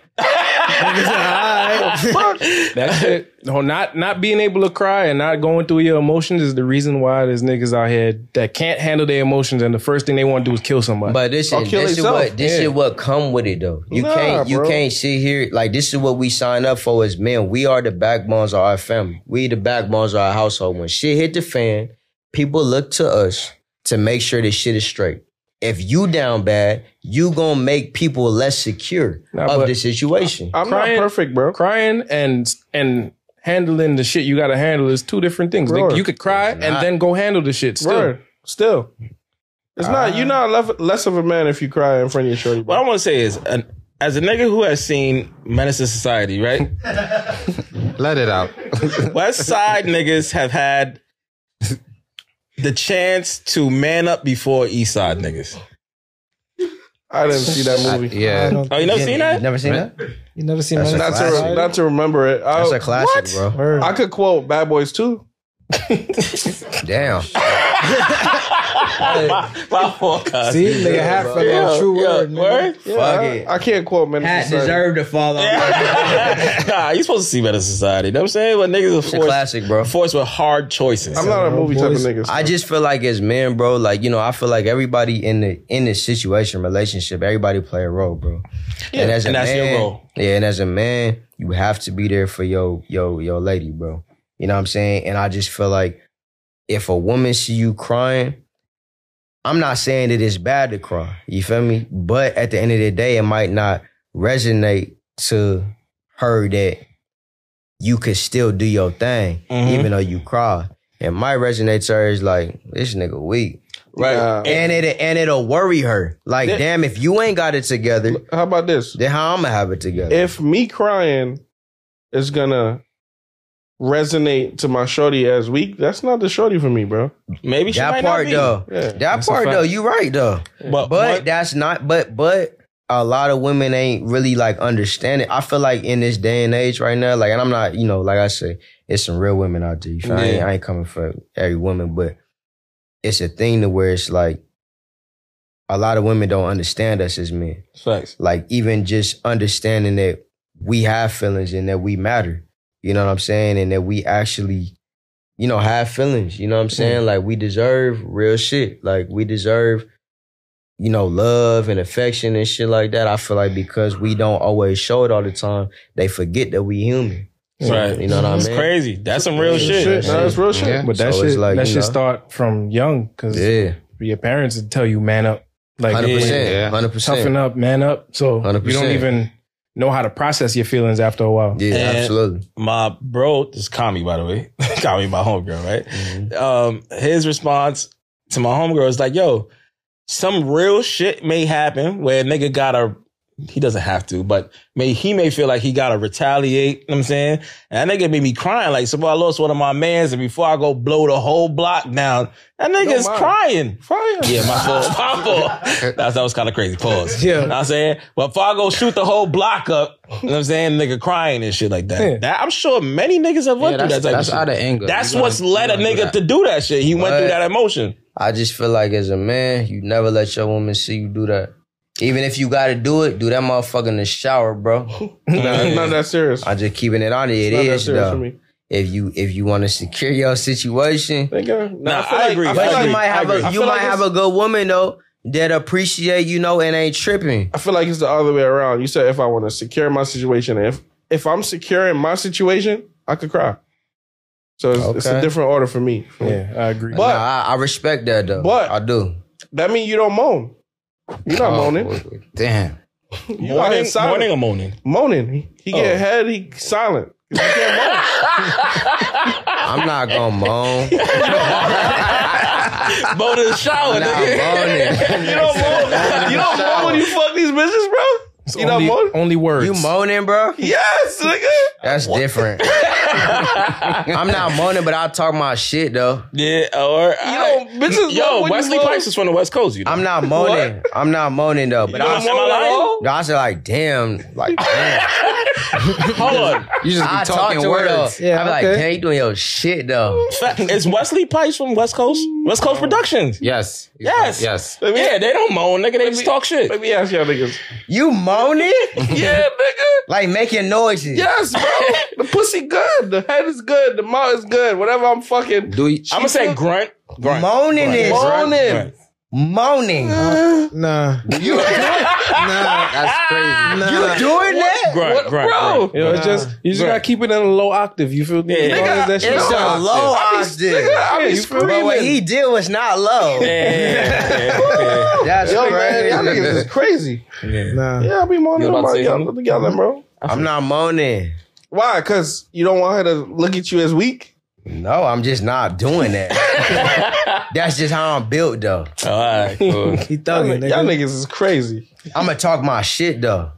That's it. No, not not being able to cry and not going through your emotions is the reason why there's niggas out here that can't handle their emotions and the first thing they want to do is kill somebody.
But this
Or
is
kill
this is
yourself.
what this
Yeah.
is what come with it though. You
Nah,
can't you
bro.
can't sit here like this is what we sign up for as men. We are the backbones of our family. We the backbones of our household. When shit hit the fan, people look to us to make sure this shit is straight. If you down bad, you gonna make people less secure
Nah,
of
but-
the situation.
I'm
Crying-
not perfect, bro.
crying and and handling the shit you gotta handle is two different things. Like,
Bro.
you could cry
It's
and
not.
then go handle the shit still.
Word. Ah. Still. It's not. You're not lef- less of a man if you cry in front of your shorty,
What I
bro.
want to say is, an, as a nigga who has seen Menace to Society, right?
Let it out.
West Side niggas have had the chance to man up before East Side niggas.
I didn't see that movie.
I
Yeah.
don't-
Oh, you never seen that?
Never seen that?
you never seen
That's
Menace
a
Not
to
to
classic.
Society?
not to remember it. I,
That's a classic, bro.
Word.
I could quote Bad Boys too.
Damn.
My forecast.
See, nigga, half a
Yeah,
true
yeah,
word. nigga.
word?
Fuck
I,
it.
I can't quote Menace
Hat
to Society.
deserved to fall off.
nah, you supposed to see better society. You know what I'm saying? But niggas are
It's a
forced,
classic, bro.
forced with hard choices.
I'm not a movie type of
Boys-
nigga. so-
I just feel like as men, bro, like you know, I feel like everybody in the in this situation, relationship, everybody play a role, bro. and as
and that's your role.
yeah, and as a man, you have to be there for your your your lady, bro. You know what I'm saying? And I just feel like if a woman see you crying, I'm not saying that it's bad to cry. You feel me? But at the end of the day, it might not resonate to her that you could still do your thing,
Mhm.
even though you cry. And my resonates her is like, this nigga weak.
Right.
Nah.
And it and it'll worry her. Like,
Yeah.
damn, if you ain't got it together,
How about this?
then how I'ma have it together?
If me crying is gonna resonate to my shorty as weak, that's not the shorty for me, bro.
Maybe she
that
might
part
not be.
though.
Yeah.
That
That's a
part
fact.
though, you right though.
But,
But
one-
that's not but but a lot of women ain't really like understanding. I feel like in this day and age right now, like and I'm not, you know, like I say, it's some real women out there. You feel me? I, ain't,
Yeah.
I ain't coming for every woman, but it's a thing to where it's like a lot of women don't understand us as men.
facts.
like even just understanding that we have feelings and that we matter you know what i'm saying and that we actually you know have feelings you know what
Mm-hmm.
i'm saying like we deserve real shit like we deserve you know love and affection and shit like that i feel like because we don't always show it all the time they forget that we human
Right.
you know what i mean
It's crazy. That's some real shit.
Shit, nah, that's real shit.
Yeah.
But that
So it's
shit,
like,
that
you
shit
know.
start from young because
yeah
your parents would tell you man up, like
100%
Yeah.
100%
toughen up, man up. So you
100%.
don't even know how to process your feelings after a while.
yeah
And-
absolutely
my bro, this is Kami, by the way, Kami, my homegirl, right? Um, his response to my homegirl is like, "Yo, some real shit may happen where a nigga gotta, he doesn't have to, but may he may feel like he gotta retaliate." You know what I'm saying, and that nigga made me crying. Like, so I lost one of my mans, and before I go blow the whole block down, that nigga's
mind.
crying.
Fire.
Yeah, my fault. My fault. That's, that was kind of crazy. Pause.
Yeah.
You know what I'm saying? But if I go shoot the whole block up, you know what I'm saying? Nigga crying and shit like that.
Yeah.
that I'm sure many niggas have
Yeah,
went
that's
through that type
that's
of shit.
out of anger.
that's
You gonna-
what's led a
you gonna do
nigga
that.
to do that shit. He went
But-
through that emotion.
I just feel like as a man, you never let your woman see you do that. Even if you gotta do it, do that motherfucker in the shower, bro.
Nah, it's not that serious.
I just keeping it on it. It
It's not that
is
serious for
though.
me.
If you if you want to secure your situation,
Thank God. Nah,
Nah,
I feel
I
like-
agree.
I feel
but
like
you might have
I agree.
a
I
you
feel
might
like
have a
it's-
good woman though that appreciate you know and ain't tripping.
I feel like it's the other way around. You said if I want to secure my situation, if if I'm secure in my situation, I could cry. So it's, it's a
Okay.
different order for me.
Yeah, I agree.
But-
Nah, I, I respect that though.
but-
I do.
That means you don't moan. You're
Oh,
not moaning.
Damn.
You out here
Morning,
silent.
morning or moaning?
Moaning. He
Oh.
get head. He silent. You can't moan.
I'm not gonna moan.
Moaning in the shower,
Nah,
nigga.
moaning.
You don't moan. You don't moan when you fuck these bitches, bro. You don't
only,
moan.
only words.
You moaning, bro?
Yes, nigga.
That's different. I'm not moaning, but I talk my shit though.
Yeah, or
You don't. Bitches. moan
Yo,
when you
Wesley
moan.
Pipes is from the West Coast. You know?
I'm not moaning. I'm not moaning though. But
You
I
don't moan at all?
No, I said like, damn, like, damn.
Hold on.
You just
I
be
talk
talking
to
words.
words.
Yeah,
I'm like,
okay.
damn, you doing your shit though.
Fa- Is Wesley Pipes from West Coast? West Coast Productions.
Yes.
Yes.
Yes.
Let me,
Yeah, they don't moan, nigga. They just talk shit.
Let me ask y'all niggas.
You moaning?
Yeah, nigga.
like making noises.
Yes, bro. the pussy good. The head is good. The mouth is good. Whatever I'm fucking.
Do you,
I'm gonna say grunt. Grunt.
Moaning is
Moaning.
Grunt.
moaning.
Nah,
you
nah,
that's crazy.
nah.
you doing that?
Grunt.
What,
grunt,
bro?
grunt.
you know, it's just you just gotta keep it in a low octave. You feel me?
Yeah.
As long as that shit
It's a
sounds-
low
I be-
octave.
I be
you feel me?
But what
screaming.
he did was not low.
yeah, yeah.
That's
Yo, man,
crazy.
y'all niggas is crazy.
nah.
Yeah, I be moaning
You about
on
to
my
say
y'all
something?
together, bro.
I'm not moaning.
Why? Because you don't want her to look at you as weak.
No, I'm just not doing that. That's just how I'm built though.
All right, cool.
He
Y'all
thugging,
niggas
nigga.
is crazy.
I'ma talk my shit though.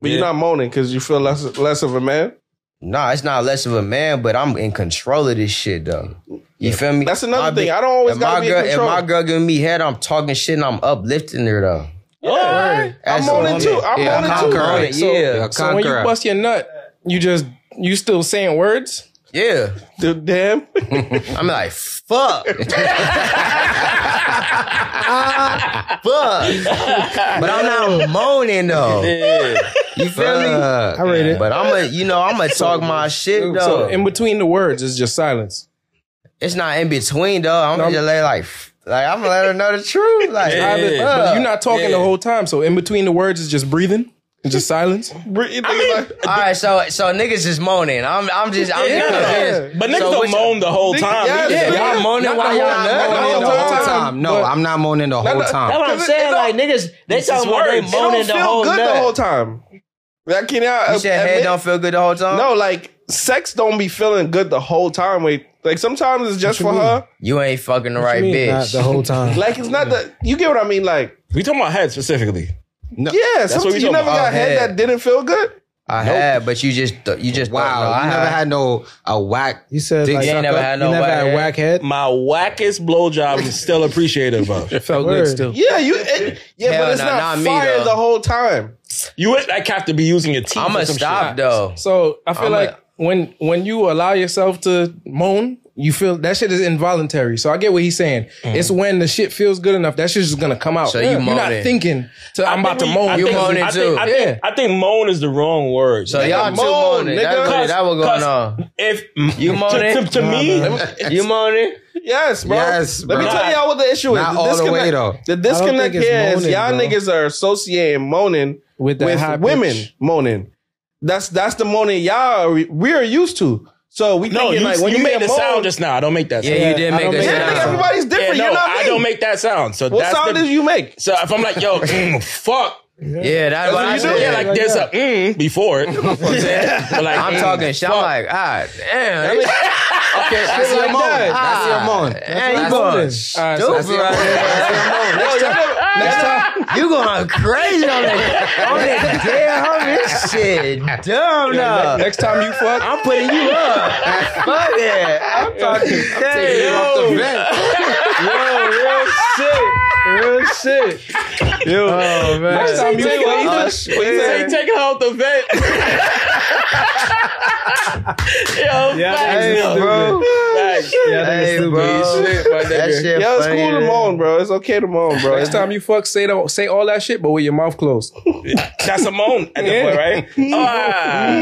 But you're
Yeah.
not moaning because you feel less less of a man.
Nah, it's not less of a man, but I'm in control of this shit though. You feel me?
That's another
My
thing.
bi-
I don't always
if
gotta
my
be in
girl,
control.
If my girl giving me head, I'm talking shit and I'm uplifting her though.
I'm moaning too. I'm
Yeah,
moaning
I'm
too.
concurring.
Right,
So-
yeah,
So when you
Conqueror.
bust your nut, you just you still saying words.
yeah.
Dude, damn.
I'm like, fuck. fuck. But I'm not moaning though. You feel me? I
read it.
But I'm a, you know, I'm gonna talk my shit though.
So in between the words, it's just silence.
it's not in between though. I'm gonna just lay like, f- like I'm gonna let her know the truth. Like,
But-
Uh,
Yeah.
but you're not talking the
Yeah.
whole time. So in between the words, it's just breathing. It's just silence.
all right. So, so niggas is moaning. I'm, I'm just, I'm just convinced.
But niggas
So
don't
which-
moan the whole time.
yeah,
We
yeah.
just-
Y'all moaning
Not the
while
whole-
y'all
not the
moaning the
whole
whole
time,
time. No, I'm not moaning the whole
That's
time.
what I'm saying. Like niggas, they talking about they
words. It
moaning
Don't
the
feel
whole
good
nut.
the whole time. Like, can y'all
You said head
admit-
don't feel good the whole time.
No, like sex don't be feeling good the whole time. Wait, like sometimes it's just for her.
you ain't fucking the right
Me, Not
bitch.
the whole time.
Like it's not that you get what I mean. Like
We talking about head specifically.
yeah,
what we
sometimes you
talking
never
about.
got head
Head.
that didn't feel good.
I had, but you just, you just,
Wow,
Don't know. I
you never had no a whack.
You said
Dick
like,
you
ain't
suck
never
up-
had
you
no
never
whack
had
head.
whack head.
My wackest blowjob is still appreciative of.
Felt
Word.
good still.
Yeah, you. It, yeah,
Hell
but it's
nah,
not,
not me,
fire
though.
the whole time.
You would like have to be using your teeth.
I'm
or
gonna
some
stop
shit.
though.
So I feel
I'm
like
a-
when when you allow yourself to moan, you feel that shit is involuntary. So I get what he's saying. It's when the shit feels good enough, that shit's just gonna come out.
So you
are not
moaning.
thinking to I'm about to moan.
I
You
think-
moaning
I think-
too.
I think, I think moan is the wrong word.
So y'all two
moan,
moaning. That,
nigga.
really- that what going
Cuss.
on.
if
You moaning?
to, to, to me,
You moaning?
Yes, bro.
Yes,
Let me
bro.
tell y'all what the issue is.
Not
the
all the
disconnect,
way, though.
the
I
disconnect
don't think it's
here is
moaning,
y'all
bro.
niggas are associating moaning
With that
with
high
women
pitch.
moaning. That's that's the moaning y'all are, we're used to. So we
no,
thinking
you,
like when
you,
you,
made
hear
the
moan,
sound just now. I don't make that sound.
Yeah, you did
I
make
don't
a
make
Yeah,
that
nigga,
sound.
sound.
everybody's different.
Yeah,
You're
no,
not me.
I don't make that sound. So
what
that's
sound
the,
did you make?
So if I'm like, yo, mm, fuck.
Yeah, that's what I
what you do.
said.
Yeah, like there's a mm before it. But like,
I'm
mm,
talking shit. I'm like, ah, damn. Okay, that's
your moan. That's your moan.
Ah. That's
what
your
I'm
moan.
Alright, so
Stupid right there.
Yo, y'all never-
Next time, you going crazy on this, on this damn on this shit. Dumb now.
next time you fuck,
I'm putting you up. Fuck it. I'm talking crazy.
Off the vent.
Oh, man.
next time you fuck,
Oh,
He
shit.
said he taking her out the vent. yo,
Hey,
facts, yo.
bro.
Facts.
Hey, bro. That shit
Yo, it's
funny,
cool to
man.
moan, bro. It's okay to moan, bro.
next time you fuck, say the, say all that shit, but with your mouth closed.
That's a moan at the point, right? Ah.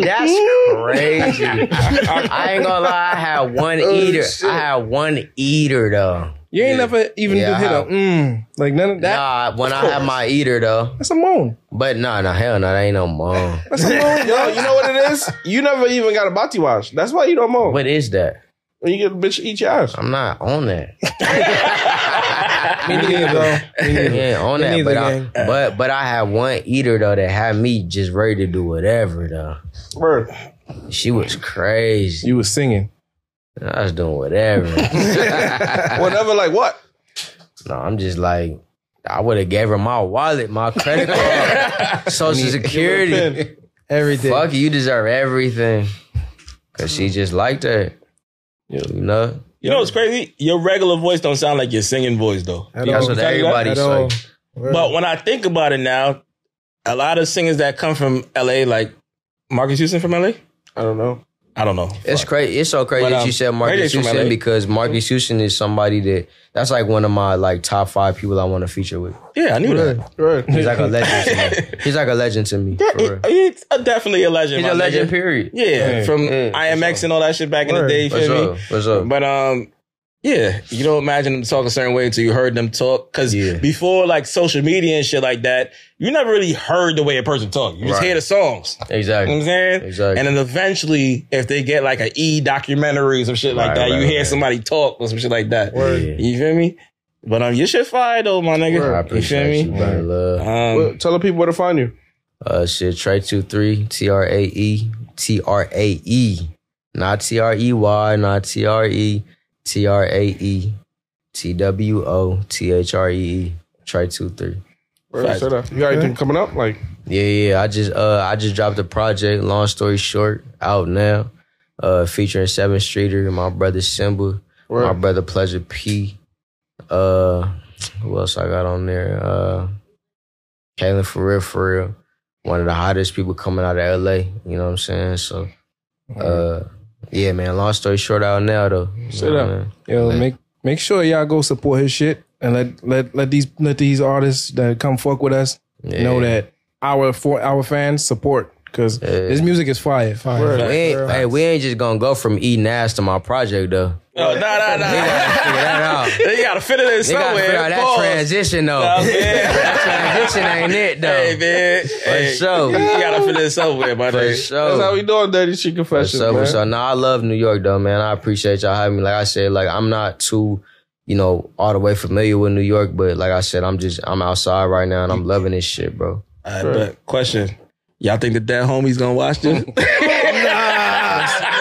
That's crazy. Oh, I ain't gonna lie, I had one eater. I had one eater though.
You ain't never even
Yeah,
been hit
I
up. Mm, like none of that.
nah, when I had my eater though.
That's a moan.
But nah, nah, hell no, that ain't no mom.
That's a moan.
Yo, you know what it is? You never even got a body wash. That's why you don't moan.
What is that?
When you get a bitch eat your ass.
I'm not on that.
Me neither, though. Me neither.
Yeah, on that.
neither,
But I,
gang.
but but I had one eater though that had me just ready to do whatever though.
Word.
She was crazy.
You was singing.
I was doing whatever.
Whatever, like what?
no, I'm just like. I would have gave her my wallet, my credit card, social security.
Pin.
Everything.
Fuck you, you deserve everything. Cause she just liked her. You know?
You know what's crazy? Your regular voice don't sound like your singing voice though.
At
That's
all.
what
At
everybody's
all.
like.
Word.
But when I think about it now, a lot of singers that come from LA, like Marcus Houston from LA,
I don't know.
I don't know.
It's crazy. It's so crazy
But,
that
um,
you said
Ray
Marcus
J's from
Houston
LA.
because Marcus Houston is somebody that that's like one of my like top five people I want to feature with.
Yeah, I knew that.
Word.
He's like a legend to me. He's like a legend to me. for real.
It- It's a- definitely a legend.
He's
my
a legend,
nigga.
period.
Yeah, from
yeah,
IMX and all that shit back in the
Word.
day. You
What's
feel
up?
me?
What's up?
But um, yeah, you don't imagine them talk a certain way until you heard them talk. Because
Yeah.
before like social media and shit like that, you never really heard the way a person talk. You just
Right.
hear the songs. You know what I'm
Exactly.
saying?
Exactly.
And then eventually, if they get like an e documentary or some shit like
Right,
that,
right,
you hear
right.
somebody talk or some shit like that.
Word.
You feel me? But um, your shit fire though, my
I
nigga. You feel
appreciate
me?
you, brother. Love.
Well,
Um,
tell the people where to find you.
Uh, shit, Trey two three T R A E T R A E, not T R E Y, not T R E T R A E T W O T H R E E. Trey two three.
Right, so that- you got anything coming up? Like,
Yeah, yeah. I just uh I just dropped a project, long story short, out now. Uh featuring Seven Streeter, my brother Simba, my
Word.
brother Pleasure P. Uh who else I got on there? Uh Kalen for real for real. One of the hottest people coming out of LA, you know what I'm saying? So uh yeah, man, long story short out now though.
Sit up. Yo, make make sure y'all go support his shit and let let let these let these artists that come fuck with us know that our for our fans support because this music is fire.
Fire.
We ain't, hey, we ain't just gonna go from eating ass to my project though.
No, no, no,
We gotta
no.
figure that out.
You gotta fit it in
They gotta
somewhere.
figure out that
Pause.
transition though.
Nah, man.
that transition ain't it though.
Hey man, hey,
sure.
you gotta fit in somewhere, my
For
that's
nigga.
how
sure.
we doing dirty shit
For
confessions,
sure.
man.
For sure. Nah, I love New York though, man. I appreciate y'all having me. Like I said, like I'm not too, you know, all the way familiar with New York, but like I said, I'm just I'm outside right now and I'm loving this shit, bro.
All right, but question: Y'all think the dead homies gonna watch this?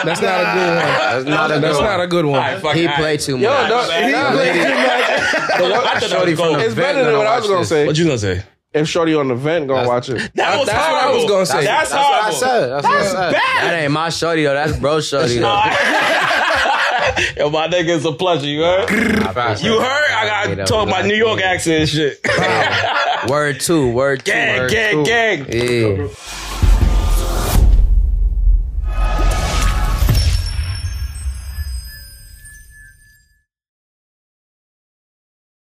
That's not a good one.
That's not a
That's not a good one.
He played too much.
Yo, no, he played too much.
I thought that was gold.
It's better than what I was gonna say.
What you gonna say?
If Shorty on the vent, gonna watch it.
That was
That's what I was gonna say.
That's
That's,
what I
horrible.
said. That's, what I said.
bad.
That ain't my shorty though. That's bro shorty though.
Yo, my nigga, it's a pleasure. You heard? You heard? I gotta talk my New York accent and shit.
Word two. Word two.
Gang,
word
gang,
two.
gang.
Yeah.